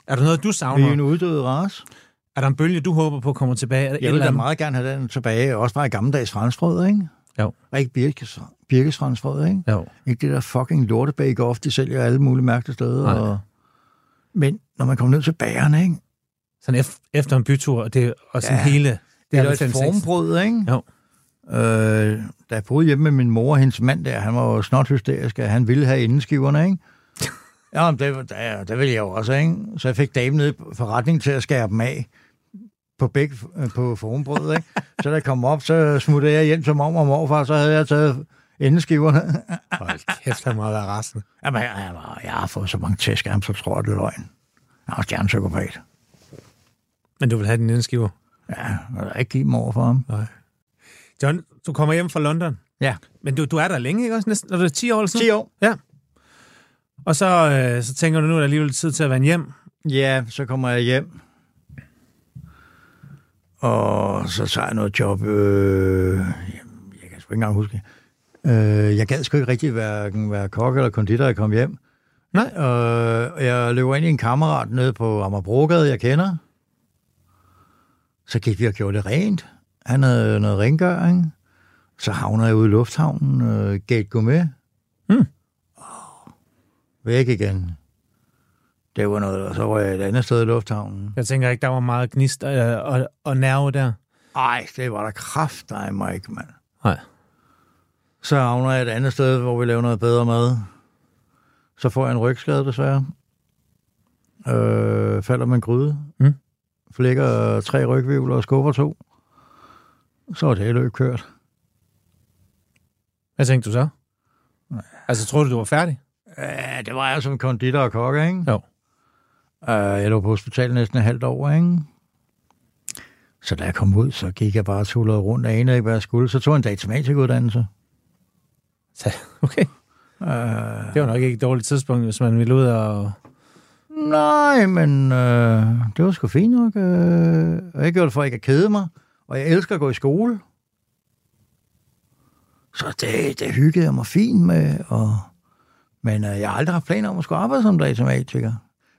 C: er der noget, du
D: Vi er
C: savner?
D: en uddød race.
C: Er der en bølge, du håber på kommer tilbage? Er det et
D: Jeg vil
C: eller
D: da
C: andet?
D: meget gerne have den tilbage. Også bare i gammeldags franskbrød, ikke?
C: Jo.
D: Og ikke birkes, birkesfranskbrød, ikke?
C: Jo.
D: Ikke det der fucking lortebake off, de sælger alle mulige mærkelige steder.
C: Nej.
D: Og... Men når man kommer ned til bagerne, ikke?
C: Sådan ef- efter en bytur, og, det, og sådan
D: Ja.
C: hele... Det,
D: Det er jo et
C: 95,
D: formbrød, ikke?
C: Jo.
D: Øh, da jeg boede hjemme med min mor og hendes mand der, han var jo snot hysterisk, at han ville have indenskiverne, ikke? Ja, men det, var- der, der ville jeg jo også, ikke? Så jeg fik damen nede i forretningen til at skære dem af på, begge, øh, på formbrødet, ikke? Så da jeg kom op, så smuttede jeg hjem til mormor og morfar, så havde jeg taget indenskiverne.
C: ikke? Hold kæft, han må være rasende.
D: Jamen, jeg, jeg, var- jeg har fået så mange tæsk af ham, så tror jeg, det er løgn. Jeg er også gerne psykopat.
C: Men du vil have din indenskiver.
D: Ja, jeg vil da ikke give dem over for ham.
C: John, du kommer hjem fra London.
D: Ja.
C: Men du, du er der længe, ikke også? Næsten, er det 10 år eller sådan
D: 10 år.
C: Ja. Og så, øh, så tænker du nu, at der alligevel er tid til at vende hjem.
D: Ja, så kommer jeg hjem. Og så tager jeg noget job. Øh, jamen, jeg kan sgu ikke engang huske. det. Øh, jeg gad sgu ikke rigtig hverken være kok eller konditor, jeg kom hjem.
C: Nej.
D: Øh, og jeg løber ind i en kammerat nede på Amagerbrogade, jeg kender. Så gik vi og gjorde det rent. Han havde noget rengøring. Så havner jeg ude i lufthavnen. Øh, gate gå med.
C: Mm.
D: Væk igen. Det var noget, og så var jeg et andet sted i lufthavnen.
C: Jeg tænker ikke, der var meget gnist øh, og, og nerve der.
D: Ej, det var der kraft, nej, Mike, mand.
C: Nej.
D: Så havner jeg et andet sted, hvor vi laver noget bedre mad. Så får jeg en rygskade, desværre. Øh, falder med en gryde.
C: Mm.
D: Flækker tre rygvivler og skubber to. Så er det løb kørt.
C: Hvad tænkte du så? Altså, troede du, du var færdig?
D: Ja, det var jeg som konditor og kokke, ikke?
C: Jo.
D: Øh, jeg lå på hospitalet næsten et halvt år, ikke? Så da jeg kom ud, så gik jeg bare og tullede rundt og anede ikke, hvad jeg skulle. Så tog jeg en datamaticuddannelse.
C: Så, okay. Det var nok ikke et dårligt tidspunkt, hvis man ville ud og...
D: Nej, men øh, det var sgu fint nok. Øh, og jeg gjorde det for ikke at kede mig. Og jeg elsker at gå i skole. Så det, det hyggede jeg mig fint med. Og, men øh, jeg har aldrig haft planer om at skulle arbejde som datamatiker.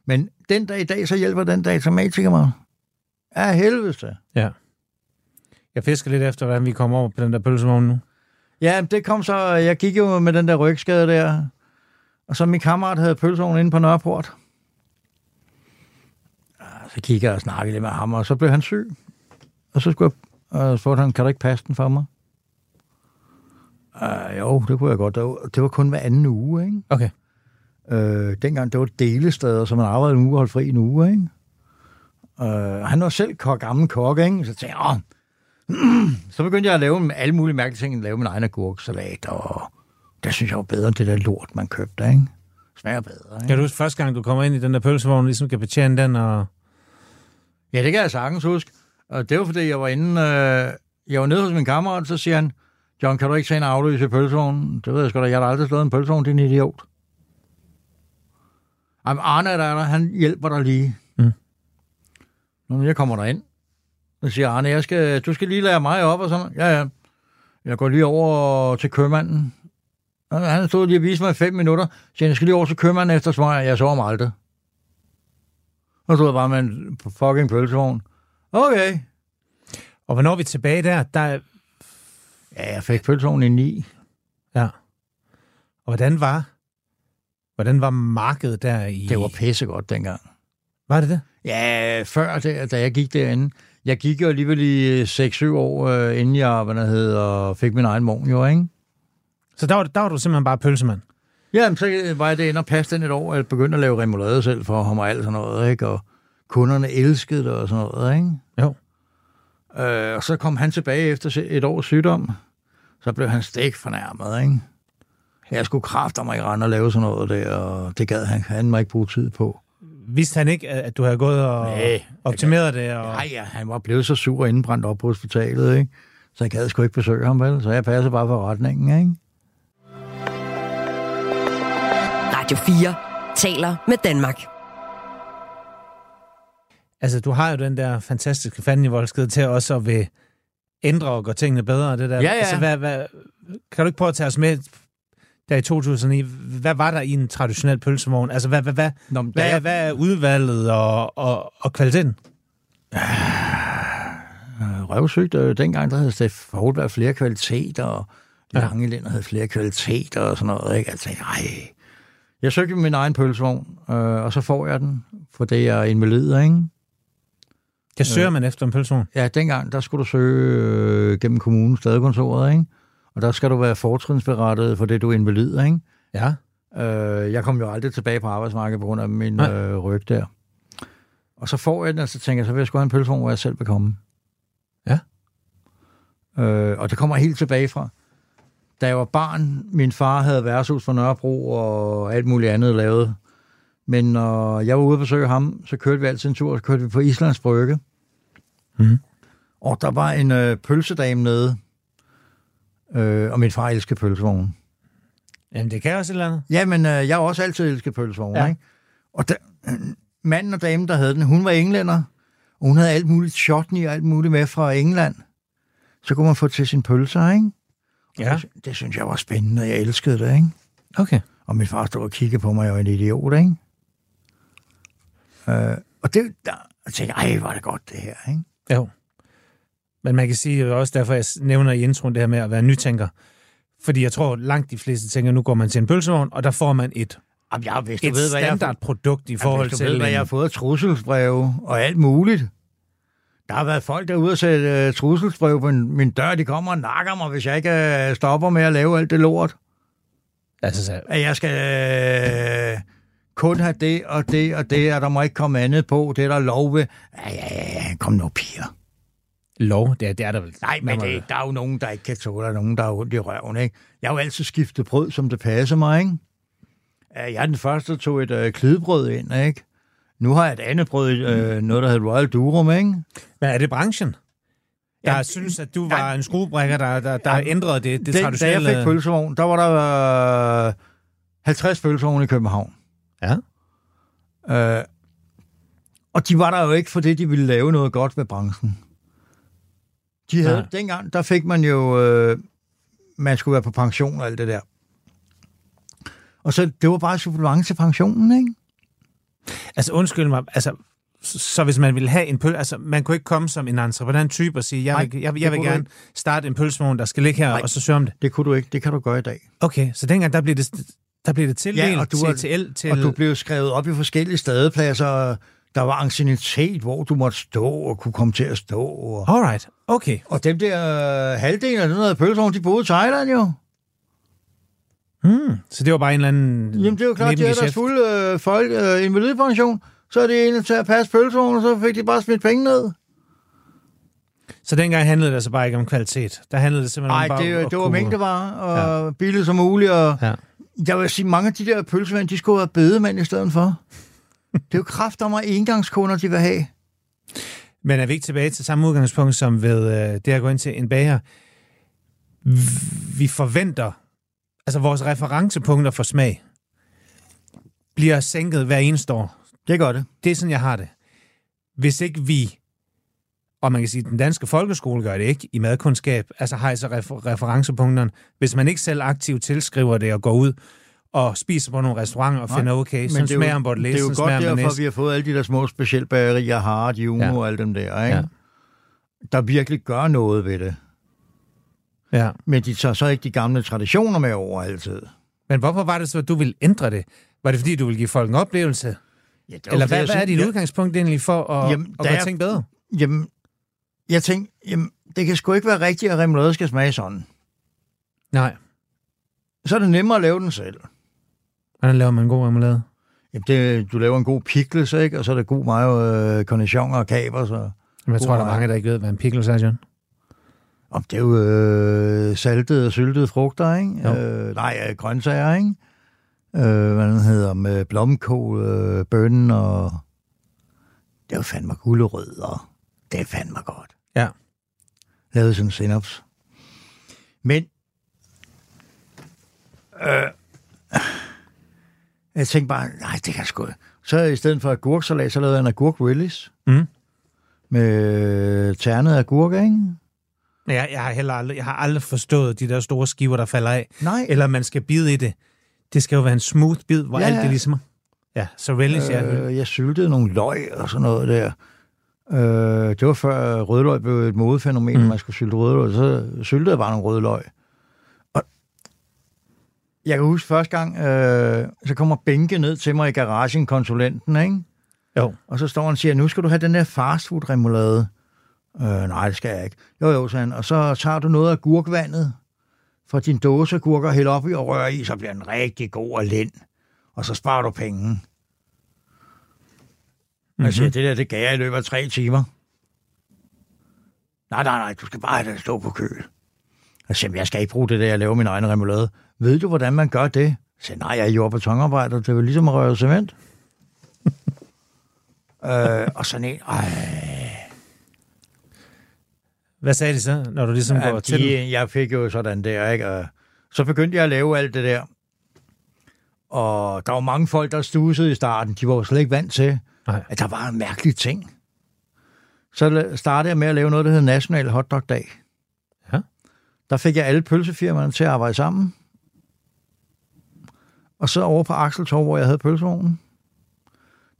D: Men den dag i dag, så hjælper den datamatiker mig. Af helvede. til.
C: Ja. Jeg fisker lidt efter, hvordan vi kommer over på den der pølsevogn nu.
D: Ja, det kom så, øh, jeg gik jo med den der rygskade der, og så min kammerat havde pølseovnen inde på Nørreport. Og Så kiggede jeg og snakkede lidt med ham, og så blev han syg. Og så skulle jeg, og så spurgte han, kan du ikke passe den for mig? Uh, jo, det kunne jeg godt. Det var, det var kun hver anden uge, ikke?
C: Okay.
D: Øh, dengang, det var delesteder, så man arbejdede en uge og holdt fri en uge, ikke? Øh, han var selv kok, gammel kok, ikke? Så tænkte jeg, Åh, så begyndte jeg at lave alle mulige mærkelige ting. Lave min egen agurksalat, og det synes jeg var bedre end det der lort, man købte, ikke? Smager bedre, ikke?
C: Kan du huske første gang, du kommer ind i den der pølsevogn, ligesom kan betjene den, og
D: Ja, det kan jeg sagtens huske. Og det var, fordi jeg var inde... Øh, jeg var nede hos min kammerat, så siger han, John, kan du ikke se en afløs i pølsevognen? Det ved jeg sgu da, jeg har da aldrig slået en pølsevogn, din idiot. Jamen, Arne er der, han hjælper dig lige.
C: Mm.
D: Nå, men jeg kommer derind. Så siger Arne, jeg skal, du skal lige lære mig op og sådan noget. Ja, ja. Jeg går lige over til købmanden. Og Han stod lige og viste mig i fem minutter. Så siger, han, jeg skal lige over til købmanden efter smøger. Jeg sover mig aldrig. Og så stod jeg bare med en fucking pølsevogn. Okay.
C: Og hvornår er vi tilbage der? der er-
D: Ja, jeg fik pølsevognen i 9.
C: ja. Og hvordan var, hvordan var markedet der i...
D: Det var pissegodt dengang.
C: var det det?
D: Ja, før det, da jeg gik derinde. Jeg gik jo alligevel i øh, 6-7 år, øh, inden jeg hvad der hedder, fik min egen morgen, jo, ikke?
C: Så der var, der var du simpelthen bare pølsemand.
D: Jamen, så øh, var jeg derinde og passede den et år, og jeg begyndte at lave remoulade selv for ham og alt sådan noget, ikke? Og kunderne elskede det og sådan noget, ikke?
C: Jo.
D: Øh, og så kom han tilbage efter se- et års sygdom. Så blev han stik fornærmet, ikke? Jeg skulle kræfte mig i rende og lave sådan noget der, og det gad han, han mig ikke bruge tid på.
C: Vidste han ikke, at at du havde gået og
D: Næh.
C: optimeret det? Og...
D: Nej, ja, han var blevet så sur og indbrændt op på hospitalet, ikke? Så jeg gad sgu ikke besøge ham, vel? Så jeg passer bare for retningen, ikke?
B: Radio 4 taler med Danmark.
C: Altså, du har jo den der fantastiske fandenivoldsked til også at vil ændre og gøre tingene bedre. og Det der.
D: Ja, ja.
C: Altså, hvad, hvad, kan du ikke prøve at tage os med der i 2009? Hvad var der i en traditionel pølsevogn? Altså, hvad, hvad, hvad,
D: Nå, men da
C: hvad,
D: jeg-
C: hvad er udvalget og, og, og kvaliteten?
D: øh, røvsygt. Øh, dengang der havde Steff Holberg flere kvaliteter, og ja. Langelænder havde flere kvaliteter og sådan noget. Ikke? Altså, Jeg tænkte, ej. Jeg søgte min egen pølsevogn, øh, og så får jeg den, for det er en meleder, ikke? Øh.
C: Kan søger man efter en pølsevogn?
D: Ja, dengang, der skulle du søge øh, gennem kommunens stadekontoret, ikke? Og der skal du være fortrinsberettet for det, du er invalid, ikke?
C: Ja.
D: Øh, jeg kom jo aldrig tilbage på arbejdsmarkedet på grund af min
C: Nej.
D: øh, ryg der. Og så får jeg den, og så tænker jeg, så vil jeg sgu have en pølsevogn, hvor jeg selv vil komme.
C: Ja.
D: Øh, og det kommer jeg helt tilbage fra. Da jeg var barn, min far havde værtshus for Nørrebro og alt muligt andet lavet. Men når jeg var ude og besøge ham, så kørte vi altid en tur, og så kørte vi på Islands Brygge. Mm.
C: Mhm.
D: Og der var en øh, pølsedame nede, øh, og min far elskede pølsevognen.
C: Jamen, det kan også et eller andet.
D: Ja, men øh, jeg har også altid elsket pølsevogne,
C: Ja.
D: ja. ikke? Og da, øh, manden og damen, der havde den, hun var englænder, og hun havde alt muligt chutney og alt muligt med fra England. Så kunne man få til sin pølser, ikke?
C: Ja,
D: Det, det synes jeg var spændende, og jeg elskede det, ikke?
C: okay.
D: Og min far stod og kiggede på mig, jeg var en idiot, ikke? Øh, og det, der, jeg tænkte, ej, var det godt det her, ikke?
C: Jo. Men man kan sige det er også, derfor jeg s- nævner i introen det her med at være nytænker. Fordi jeg tror, langt de fleste tænker, nu går man til en pølsevogn, og der får man et,
D: Jamen, jeg, hvis du
C: et
D: ved, hvad jeg har
C: standardprodukt i
D: Jamen,
C: forhold
D: hvis
C: til...
D: du ved, hvad
C: en-
D: jeg har fået af trusselsbreve og alt muligt. Der har været folk derude og sætte uh, trusselsbreve på min, min dør. De kommer og nakker mig, hvis jeg ikke uh, stopper med at lave alt det lort.
C: Altså, så,
D: At jeg skal uh, kun have det og det og det, og der må ikke komme andet på. Det er der lov ved. Ja, ja, ja, ja, kom nu, piger.
C: lov, det er, det er der vel.
D: Nej,
C: Lad
D: men
C: mig-
D: det, der er jo nogen, der ikke kan tåle, og nogen, der er ondt i røven, ikke? Jeg har jo altid skiftet brød, som det passer mig, ikke? Øh, Jeg er den første, der tog et øh, klidebrød ind, ikke? Nu har jeg et andet brød, øh, noget, der hedder Royal Durum, ikke?
C: Men er det branchen, der
D: Ja,
C: synes, at du
D: nej.
C: var en skruebrækker, der, der, der ændrede det, det
D: Den, da jeg
C: traditionelle...
D: fik pølsevogn, der var der... Øh, 50 pølseovne i København.
C: Ja.
D: Øh, og de var der jo ikke, fordi de ville lave noget godt ved branchen. De havde,
C: Nej.
D: ja. dengang, der fik man jo, øh, man skulle være på pension og alt det der. Og så, det var bare supplement til pensionen, ikke?
C: Altså, undskyld mig, altså, så så hvis man ville have en pøl, altså man kunne ikke komme som en entreprenant type og sige, jeg vil,
D: Nej,
C: jeg, vil- jeg vil
D: det kunne du
C: gerne starte en pølsevogn, der skal ligge her, Nej.
D: Nej.
C: og så søge om det.
D: Det kunne du ikke, det kan du gøre i dag.
C: Okay, så dengang, der blev det, der blev det tildelt ja,
D: Ja,
C: og
D: og du
C: du
D: var-
C: CTL til...
D: Og du blev skrevet op i forskellige stadepladser, og der var anciennitet, hvor du måtte stå og kunne komme til at stå. Og,
C: Alright, okay.
D: og dem der øh, halvdelen af den der pølseovn, de boede i Thailand jo.
C: Hmm. Så det var bare en eller anden...
D: Jamen det er jo klart, de havde
C: nebengeschæft.
D: deres fulde øh, folk øh, invalidepension, så er det en til at passe pølseovnen, og så fik de bare smidt penge ned.
C: Så dengang handlede det altså bare ikke om kvalitet. Der handlede det simpelthen
D: Nej,
C: bare om...
D: det,
C: at
D: det var
C: kunne-
D: mængdevarer, og ja. billigt som muligt, og
C: Ja.
D: jeg vil sige, mange af de der pølsemænd, de skulle have været bedemænd i stedet for. Det er jo kraft om engangskunder, de vil have.
C: Men er vi ikke tilbage til samme udgangspunkt som ved øh, det at gå ind til en bager? Vi forventer, altså vores referencepunkter for smag, bliver sænket hver eneste år.
D: Det gør det.
C: Det er sådan, jeg har det. Hvis ikke vi, og man kan sige, at den danske folkeskole gør det ikke i madkundskab, altså hejser refer- referencepunkterne, hvis man ikke selv aktivt tilskriver det og går ud og spiser på nogle restauranter og
D: Nej,
C: finder, okay,
D: Men
C: så
D: det er jo-
C: smager en
D: Det er
C: bordelæs,
D: jo
C: så
D: godt
C: smager man
D: derfor, vi
C: næste.
D: har fået alle de der små specielle bagerier, Hard, Juno
C: Ja.
D: ja. og alle dem der,
C: Ja.
D: ikke? Ja. der virkelig gør noget ved det.
C: Ja.
D: Men de tager så ikke de gamle traditioner med over altid.
C: Men hvorfor var det så, at du ville ændre det? Var det, fordi du ville give folk en oplevelse?
D: Ja, det
C: Eller hvad, hvad er dit udgangspunkt egentlig for at,
D: Jamen,
C: jamen, at
D: der
C: gøre
D: er-
C: ting bedre?
D: Jamen, jeg tænkte, jamen, det kan sgu ikke være rigtigt, at remoulade skal smage sådan.
C: Nej,
D: Så er det nemmere at lave den selv.
C: hvordan laver man en god remoulade?
D: Jamen, det, du laver en god pickles, ikke? Og så er der god mayo, øh, cornichon og kapers. Og,
C: Jamen, jeg
D: God
C: tror, der er
D: remoulade.
C: mange, der ikke ved, hvad en pickles er, John.
D: om det er jo øh, saltede og syltede frugter,
C: Jo.
D: ikke? Øh, nej, øh, grøntsager, ikke? Øh, hvad den hedder med blomkål, øh, bønnen og... Det er jo fandme gulerødder. Det er fandme godt.
C: Ja.
D: Lavet sådan sinops. Men... Øh, jeg tænkte bare, nej, det kan jeg sgu ikke. Så i stedet for agurksalat, så lavede jeg en agurk Willis.
C: Mm.
D: Med ternet agurk, ikke?
C: Men Jeg, jeg, har heller aldrig, jeg har aldrig forstået de der store skiver, der falder af.
D: Nej.
C: Eller man skal bide i det. Det skal jo være en smooth bid, hvor ja,
D: Ja,
C: alt det
D: ja.
C: ligesom... Ja, så relish, øh, ja.
D: Øh, jeg syltede nogle løg og sådan noget der. Øh, det var før rødløg blev et modefænomen, mm. man skulle sylte rødløg. Så syltede jeg bare nogle rødløg. Og jeg kan huske første gang, øh, så kommer Benke ned til mig i garagen, konsulenten, ikke?
C: Jo.
D: Og så står han og siger, nu skal du have den der fastfood-remoulade. Øh, nej, det skal jeg ikke. Jo, jo, sagde han. Og så tager du noget af gurkvandet fra din dåse af gurker, hælder op i og rører i, så bliver den rigtig god og lind. Og så sparer du penge. Mm-hmm. Jeg siger, det der, det gav jeg i løbet af tre timer. Nej, nej, nej, du skal bare have det stå på køl. Jeg siger, "Men jeg skal ikke bruge det der, jeg laver min egen remoulade. Ved du, hvordan man gør det? Jeg siger, nej, jeg er jord- og betonarbejder, det er jo ligesom at røre cement. øh, og sådan en, ej,
C: Hvad sagde de så, når du ligesom ja, går
D: Ja,
C: til dem?
D: de, jeg fik jo sådan der, ikke? Og så begyndte jeg at lave alt det der. Og der var mange folk, der stussede i starten. De var jo slet ikke vant til,
C: Nej.
D: at der var en mærkelig ting. Så la- startede jeg med at lave noget, der hedder National Hotdog Dag.
C: Ja.
D: Der fik jeg alle pølsefirmaerne til at arbejde sammen. Og så over på Akseltorv, hvor jeg havde pølsevognen,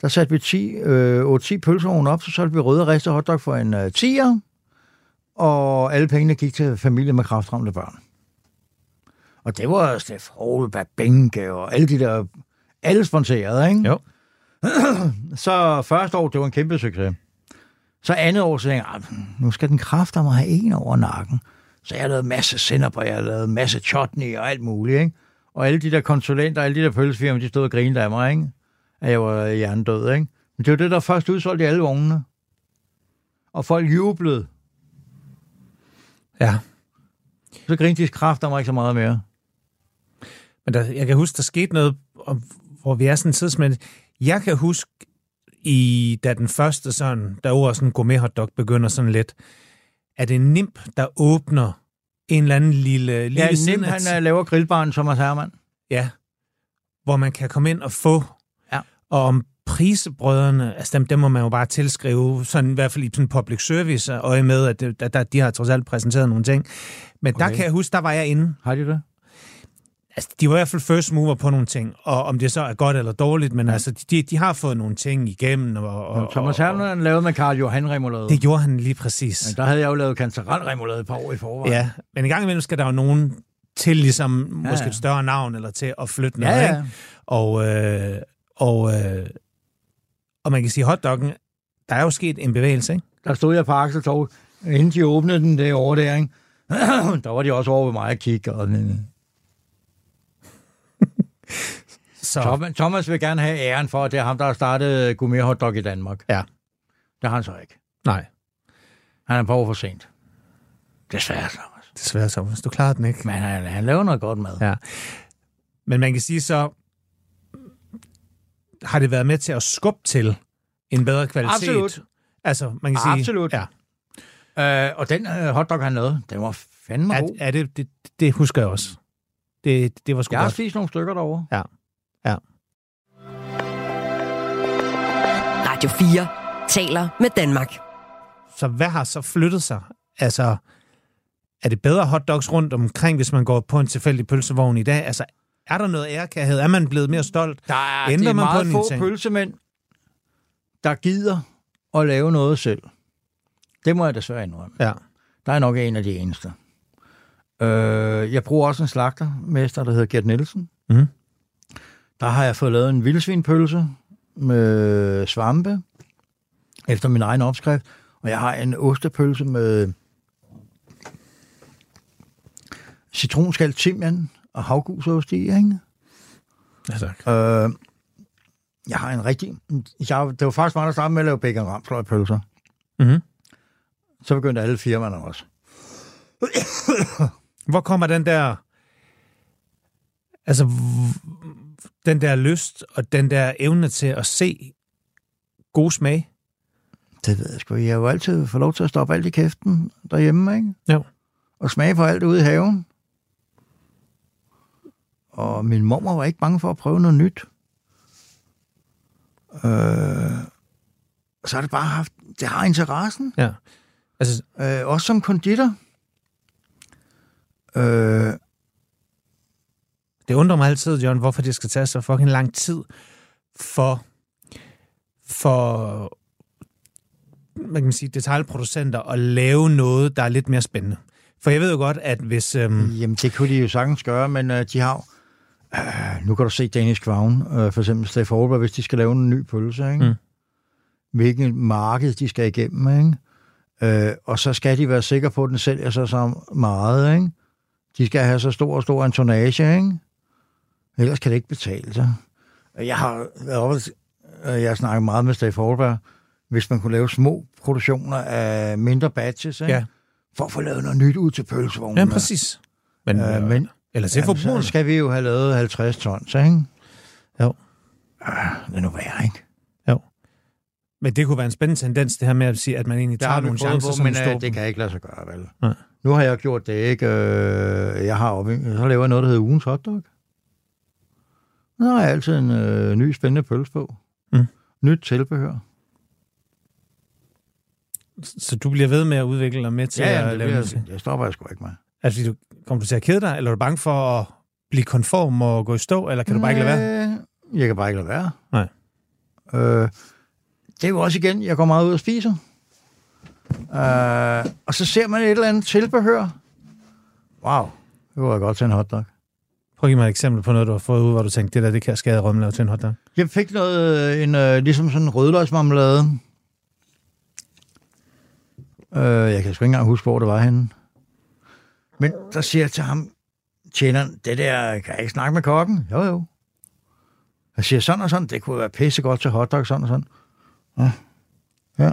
D: der satte vi 10, øh, 8-10 pølsevogne op, så solgte vi røde rester hotdog for en øh, 10'er og alle pengene gik til familie med kraftramte børn. Og det var Steff Holberg, Benke og alle de der, alle sponsorerede, ikke?
C: Jo.
D: Så første år, det var en kæmpe succes. Så andet år, så tænkte jeg, "Ah, nu skal den kræfter mig have en over nakken. Så jeg lavede masse sennep, og jeg lavede masse chutney og alt muligt, ikke? Og alle de der konsulenter, alle de der pølsefirmaer, de stod og grinede af mig, ikke? At jeg var hjernedød, ikke? Men det var det, der først udsolgte i alle vognene. Og folk jublede.
C: Ja.
D: Så grinte de kræfter mig ikke så meget mere.
C: Men der, jeg kan huske, der skete noget, om- hvor vi er sådan tidsmæssigt. Jeg kan huske, i, da den første sådan, der ordet sådan gourmet hotdog begynder sådan lidt, at en nimp, der åbner en eller anden lille... lille
D: øh, Ja, Nim, han er, laver grillbaren Thomas Hermann.
C: Ja. hvor man kan komme ind og få.
D: Ja.
C: Og om prisebrødrene, altså dem, dem må man jo bare tilskrive, sådan i hvert fald i sådan public service øje med, at det- der, der, de har trods alt præsenteret nogle ting. Men okay. der
D: Okay.
C: kan jeg huske, der var jeg inde.
D: Har de det?
C: Altså, de var i hvert fald first mover på nogle ting, og om det så er godt eller dårligt, men ja. altså, de, de har fået nogle ting igennem. Og, og,
D: Thomas
C: og-
D: Hermann lavede med Karl Johan Remoulade.
C: Det gjorde han lige præcis.
D: Men der havde jeg jo lavet kantarelremoulade et par år i forvejen.
C: Ja, men en gang imellem skal der jo nogen til ligesom ja,
D: Ja,
C: måske
D: ja.
C: et større navn eller til at flytte noget,
D: ja, ja.
C: Ikke? Og, øh, og, øh, og man kan sige, hotdoggen, der er jo sket en bevægelse, ikke?
D: Der stod jeg på Akseltorv,
F: Inden de åbnede den derovre der, ikke?
D: der var de også over ved mig at kigge. Og,
C: Så,
D: Thomas, Thomas vil gerne have æren for, at det er ham, der har startet Gourmet Hot Dog i Danmark.
C: Ja.
D: Det har han så ikke.
C: nej,
D: Han er på år for sent. Desværre, Thomas.
C: desværre så, hvis du klarer den ikke.
D: Men han, han laver noget godt mad.
C: Ja. Men man kan sige så, har det været med til at skubbe til en bedre kvalitet?
D: Absolut.
C: Altså, man kan sige...
D: Absolut.
C: Ja.
D: Øh, og den øh, hotdog, han lavede, den var fandme
C: Er,
D: god.
C: er det, det, det husker jeg også. Det, det var sgu
D: Jeg har
C: godt.
D: spist nogle stykker derovre.
C: Ja. ja.
B: Radio 4 taler med Danmark.
C: Så hvad har så flyttet sig? Altså, er det bedre hotdogs rundt omkring, hvis man går på en tilfældig pølsevogn i dag? Altså, er der noget ærkærhed? Er man blevet mere stolt?
D: Der er,
C: Ændrer
D: det er
C: man på
D: meget
C: en
D: få
C: ting?
D: pølsemænd, der gider at lave noget selv. Det må jeg desværre indrømme.
C: Ja.
D: Der er nok en af de eneste. Øh, jeg bruger også en slagtermester, der hedder Gert Nielsen.
C: Mhm.
D: Der har jeg fået lavet en vildsvinpølse med svampe, efter min egen opskrift. Og jeg har en ostepølse med citronskal, timian og havgusost i, ikke?
C: Ja, tak.
D: Øh, jeg har en rigtig... Jeg, det var faktisk mig, der startede med at lave bacon ramsløgpølser.
C: Mhm.
D: Så begyndte alle firmaerne også.
C: Hvor kommer den der... Altså, v- den der lyst og den der evne til at se god smag?
D: Det ved jeg sgu. ikke. Jeg har jo altid fået lov til at stoppe alt i kæften derhjemme, ikke?
C: Jo.
D: Og smage på alt ude i haven. Og min mormor var ikke bange for at prøve noget nyt. Øh, så har det bare haft... Det har interessen.
C: Ja. Altså,
D: Øh, også som konditor. Øh,
C: Det undrer mig altid, John, hvorfor det skal tage så fucking lang tid for, for hvad kan man sige, detaljproducenter at lave noget, der er lidt mere spændende. For jeg ved jo godt, at hvis... Øhm,
D: Jamen, det kunne de jo sagtens gøre, men øh, de har jo- øh, Nu kan du se Danish Crown, øh, for eksempel Steff Holberg, hvis de skal lave en ny pølse, ikke?
C: Mm.
D: Mm. Hvilken marked de skal igennem, ikke? Øh, og så skal de være sikre på, at den sælger sig så meget, ikke? De skal have så stor og stor en tonnage, ikke? Ellers kan det ikke betale sig. Og Jeg har været oppe, øh, jeg har snakket meget med Steff Holberg, hvis man kunne lave små produktioner af mindre batches, ikke?
C: Ja.
D: For at få lavet noget nyt ud til pølsevognene.
C: ja, præcis. Men,
D: Øh, men
C: eller til forbrugerne.
D: så skal vi jo have lavet 50 tons, ikke?
C: Jo.
D: Øh, det nu være, ikke?
C: Men det kunne være en spændende tendens, det her med at sige, at man egentlig tager nogle chancer, som
D: men
C: en stor...
D: øh, det kan jeg ikke lade sig gøre, vel?
C: Nej.
D: Nu har jeg gjort det, ikke? Øh, jeg har op, så laver jeg noget, der hedder ugens hotdog. Så har jeg altid en øh, ny spændende pølse på.
C: Mm.
D: Nyt tilbehør.
C: Så du bliver ved med at udvikle dig med til at
D: det
C: lave noget.
D: bliver, det stopper jeg sgu ikke med.
C: Altså, fordi du, kommer du til at kede dig, eller er du bange for at blive konform og gå i stå, eller kan du bare ikke lade være?
D: være? Jeg kan bare ikke lade være.
C: Nej.
D: Øh, det er jo også igen, jeg går meget ud og spiser. Øh, og så ser man et eller andet tilbehør. Wow, det var godt til en hotdog.
C: Prøv at give mig et eksempel på noget, du har fået ud, hvor du tænkte, det der, det kan jeg skade rømmelave til en hotdog.
D: Jeg fik noget, øh, en, øh, ligesom sådan en rødløgsmarmelade. Øh, jeg kan sgu ikke engang huske, hvor det var henne. Men der siger jeg til ham, tjeneren, det der, kan jeg ikke snakke med kokken? Jo, jo. Jeg siger sådan og sådan, det kunne være pissegodt til hotdog, sådan og sådan. Ja. ja.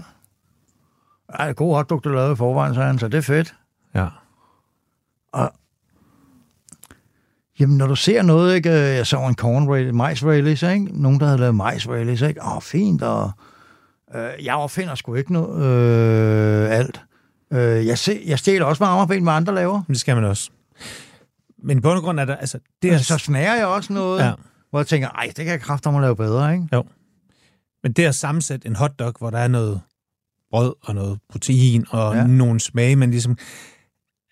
D: Ej, god hotdog, du lavede i forvejen, sagde han, så det er fedt.
C: Ja.
D: Jamen, når du ser noget, ikke? øh, Jeg så en corn rally, majs rally, så, ikke? Nogen, der havde lavet majs rally, så, ikke? Åh, fint, og... Øh, jeg opfinder sgu ikke noget, øh, alt. Øh, jeg, se, jeg stjæler også marmerben, hvad andre laver.
C: Men det skal man også. Men i bund og grund er der, altså, det er...
D: Så snager jeg også noget.
C: ja.
D: Hvor jeg tænker, ej, det kan jeg kræfter mig lave bedre, ikke?
C: Men det at sammensætte en hotdog, hvor der er noget brød og noget protein og
D: Ja.
C: ja. nogle smage, men ligesom...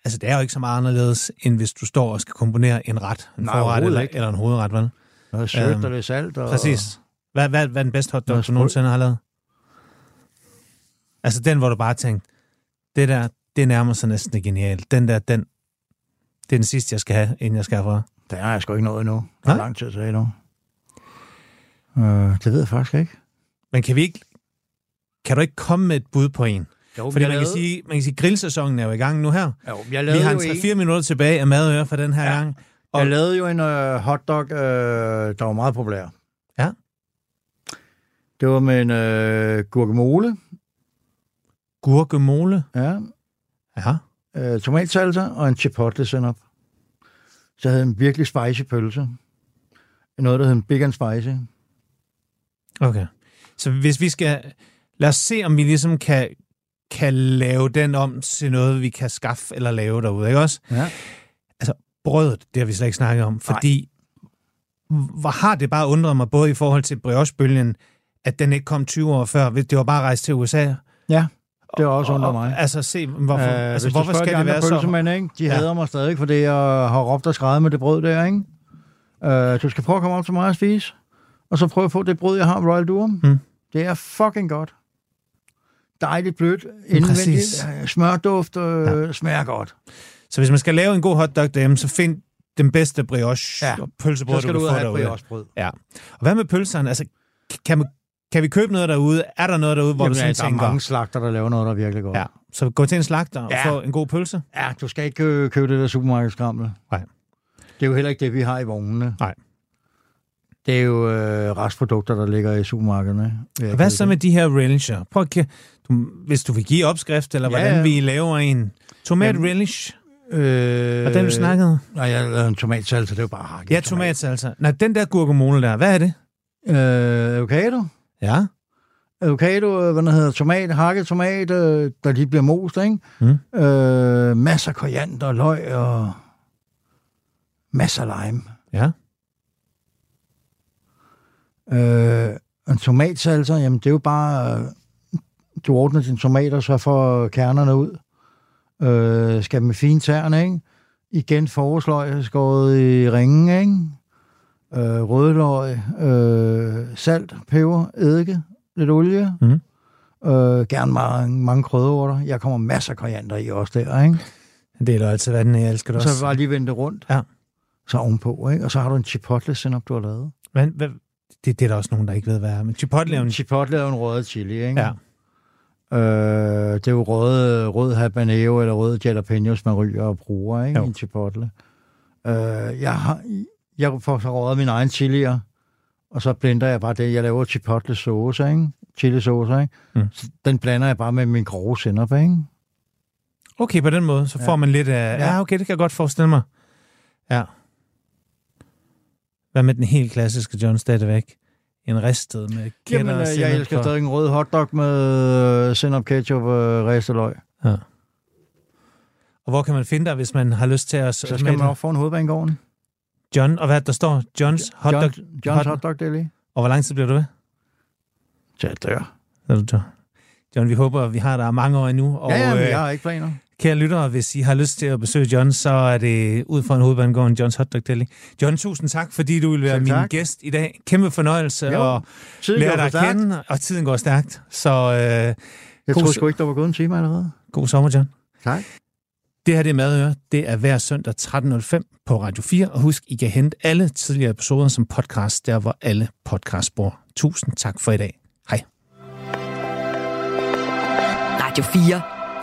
C: Altså, det er jo ikke så meget anderledes, end hvis du står og skal komponere en ret, en
D: Nej,
C: forret
D: overhovedet
C: eller,
D: ikke.
C: eller en hovedret, vel?
D: Noget sødt
C: Øhm,
D: og lidt salt. Og...
C: Præcis. Hvad, hvad, hvad er den bedste
D: Noget
C: hotdog, du
D: sprød.
C: nogensinde har lavet? Altså den, hvor du bare tænkte, det der, det nærmer sig næsten genialt. Den der, den, det er den sidste, jeg skal have, inden jeg skal herfra.
D: Der har jeg sgu ikke noget endnu. Der er
C: Nej.
D: lang tid tilbage endnu. Øh, det ved jeg faktisk ikke.
C: Men kan vi ikke, kan du ikke komme med et bud på en?
D: Oh,
E: Jo,
C: Fordi
E: jeg
C: man kan,
E: lavede-
C: sige, man kan sige, grillsæsonen er jo i gang nu her.
E: Jo, jeg
C: Vi
E: lavede
C: har en
E: jo en,
C: 3-4 minutter tilbage af madøre for den her
D: Ja.
C: ja. gang.
D: Og...
C: Og-
D: Jeg lavede jo en øh, hotdog, øh, der var meget populær.
C: Ja.
D: Det var med en øh, guacamole,
C: Gurkemole.
D: ja,
C: Ja.
D: øh, tomatsalsa og en chipotle senap. Så havde jeg en virkelig spicy pølse. Noget, der hed en big and spicy.
C: Okay. Så hvis vi skal... Lad os se, om vi ligesom kan, kan lave den om til noget, vi kan skaffe eller lave derude, ikke også?
D: Ja.
C: brødet, det har vi slet ikke snakket om, fordi hvor har det bare undret mig, både i forhold til briochebølgen, at den ikke kom 20 år før. Det var bare rejst til USA.
D: ja, det var også under mig.
C: Altså, se, hvorfor,
D: Øh,
C: øh, altså,
D: hvis du
C: hvorfor
D: spørger
C: skal
D: de
C: det
D: andre
C: være så...
D: pølsemænd, ikke? De
C: Ja.
D: hader mig stadig, fordi jeg har råbt og skrevet med det brød der, ikke? Øh, du skal prøve at komme op til mig og spise, og så prøve at få det brød, jeg har med Royal Durum.
C: Mm.
D: Det er fucking godt. Dejligt blødt, indvendigt,
C: Præcis.
D: øh, smørduft, øh, ja. smager godt.
C: Så hvis man skal lave en god hotdog derhjemme, så find den bedste brioche
D: Ja.
C: ja. og pølsebrød,
D: Så skal
C: du
D: du ud
C: kan få
D: og have
C: derude.
D: briochebrød.
C: Ja. Og hvad med pølserne? Altså, kan, man, kan vi købe noget derude? Er der noget derude, hvor
D: Jamen,
C: du
D: ja,
C: sådan
D: der er
C: tænker...
D: mange slagter, der laver noget, der er virkelig godt.
C: Ja. Så gå til en slagter og
D: Ja.
C: få en god pølse.
D: ja du skal ikke øh, købe det der supermarkedskramle.
C: Nej.
D: Det er jo heller ikke det, vi har i vognene.
C: Nej.
D: Det er jo øh, restprodukter, der ligger i supermarkederne. vil jeg
C: Hvad
D: kalde
C: så
D: det.
C: med de her relish? Prøv at kigge. Du, hvis du vil give opskrift, eller
D: Ja,
C: hvordan
D: ja.
C: vi laver en. Tomat
D: Jamen,
C: relish,
D: Øh,
C: og den du snakkede.
D: Nej, jeg lavede en tomatsalsa, det var bare hakket.
C: Ja, tomat altså. Nej, den der guacamole der, hvad er det?
D: Øh, avocado.
C: Ja.
D: Avocado, øh, hvad den hedder, tomat, hakket tomat, øh, der lige bliver most, ikke? Mm. Øh, masser af koriander, løg og masser af lime.
C: Ja.
D: Øh, en tomatsalsa, jamen det er jo bare, øh, du ordner dine tomater, så får kernerne ud. Øh, skal med fine tærne, ikke? Igen forårsløg skåret i ringen, ikke? Øh, rødløg, øh, salt, peber, eddike, lidt olie.
C: Mhm.
D: Øh, gerne mange, mange krydderurter. Jeg kommer masser af koriander i også der, ikke?
C: Det er altid, hvad den er, jeg elsker det
D: Så
C: også.
D: bare lige vende det rundt.
C: Ja.
D: Så ovenpå, ikke? Og så har du en chipotle senap, du har lavet.
C: Men, hvad, det, det er der også nogen, der ikke ved, hvad er. Men chipotle er jo en...
D: Chipotle er jo en rød chili, ikke?
C: Ja.
D: Øh, det er jo rød, rød habanero eller rød jalapenos, man ryger og bruger ikke?
C: Jo.
D: i en chipotle. Øh, jeg, har, jeg får så røget mine egne chilier, og så blender jeg bare det. Jeg laver chipotle sauce, ikke? chili sauce, ikke? Mm.
C: Mm.
D: Så den blander jeg bare med min grove sennep, ikke?
C: Okay, på den måde, så
D: Ja.
C: får man lidt af...
D: Ja.
C: Ja, okay, det kan jeg godt forestille mig. Ja. Hvad med den helt klassiske John Stadigvæk? En ristet med
D: Jamen,
C: kender og
D: øh, jeg
C: sennep
D: elsker
C: for-
D: stadig en rød hotdog med øh, sennep, ketchup og øh, ristet løg.
C: Og hvor kan man finde dig, hvis man har lyst til at...
D: Så skal man op foran hovedbanegården.
C: John, og hvad er det, der står? Johns hotdog...
D: John, John's
C: hot-
D: hotdog deli.
C: Og hvor lang tid bliver du ved?
D: Så jeg dør.
C: Er du dør? John, vi håber, at vi har dig mange år endnu. Og
D: Ja, ja, men jeg
C: øh,
D: har ikke planer.
C: kære lyttere, hvis I har lyst til at besøge John, så er det ud fra en hovedbanegården Johns Hotdog Deli. John, tusind tak, fordi du vil være
D: Selv
C: min
D: tak.
C: gæst i dag. Kæmpe fornøjelse
D: Jo,
C: at
D: Tiden
C: lære
D: går
C: dig
D: for stærkt.
C: at kende, og tiden går stærkt. Så øh,
D: Jeg
C: God
D: troede
C: se-
D: sgu ikke, der var gået en time allerede.
C: god sommer, John.
D: Tak.
C: Det her det er Madøre. Det er hver søndag 13.05 på Radio 4. Og husk, I kan hente alle tidligere episoder som podcast, der hvor alle podcasts bor. Tusind tak for i dag. Hej.
B: Radio 4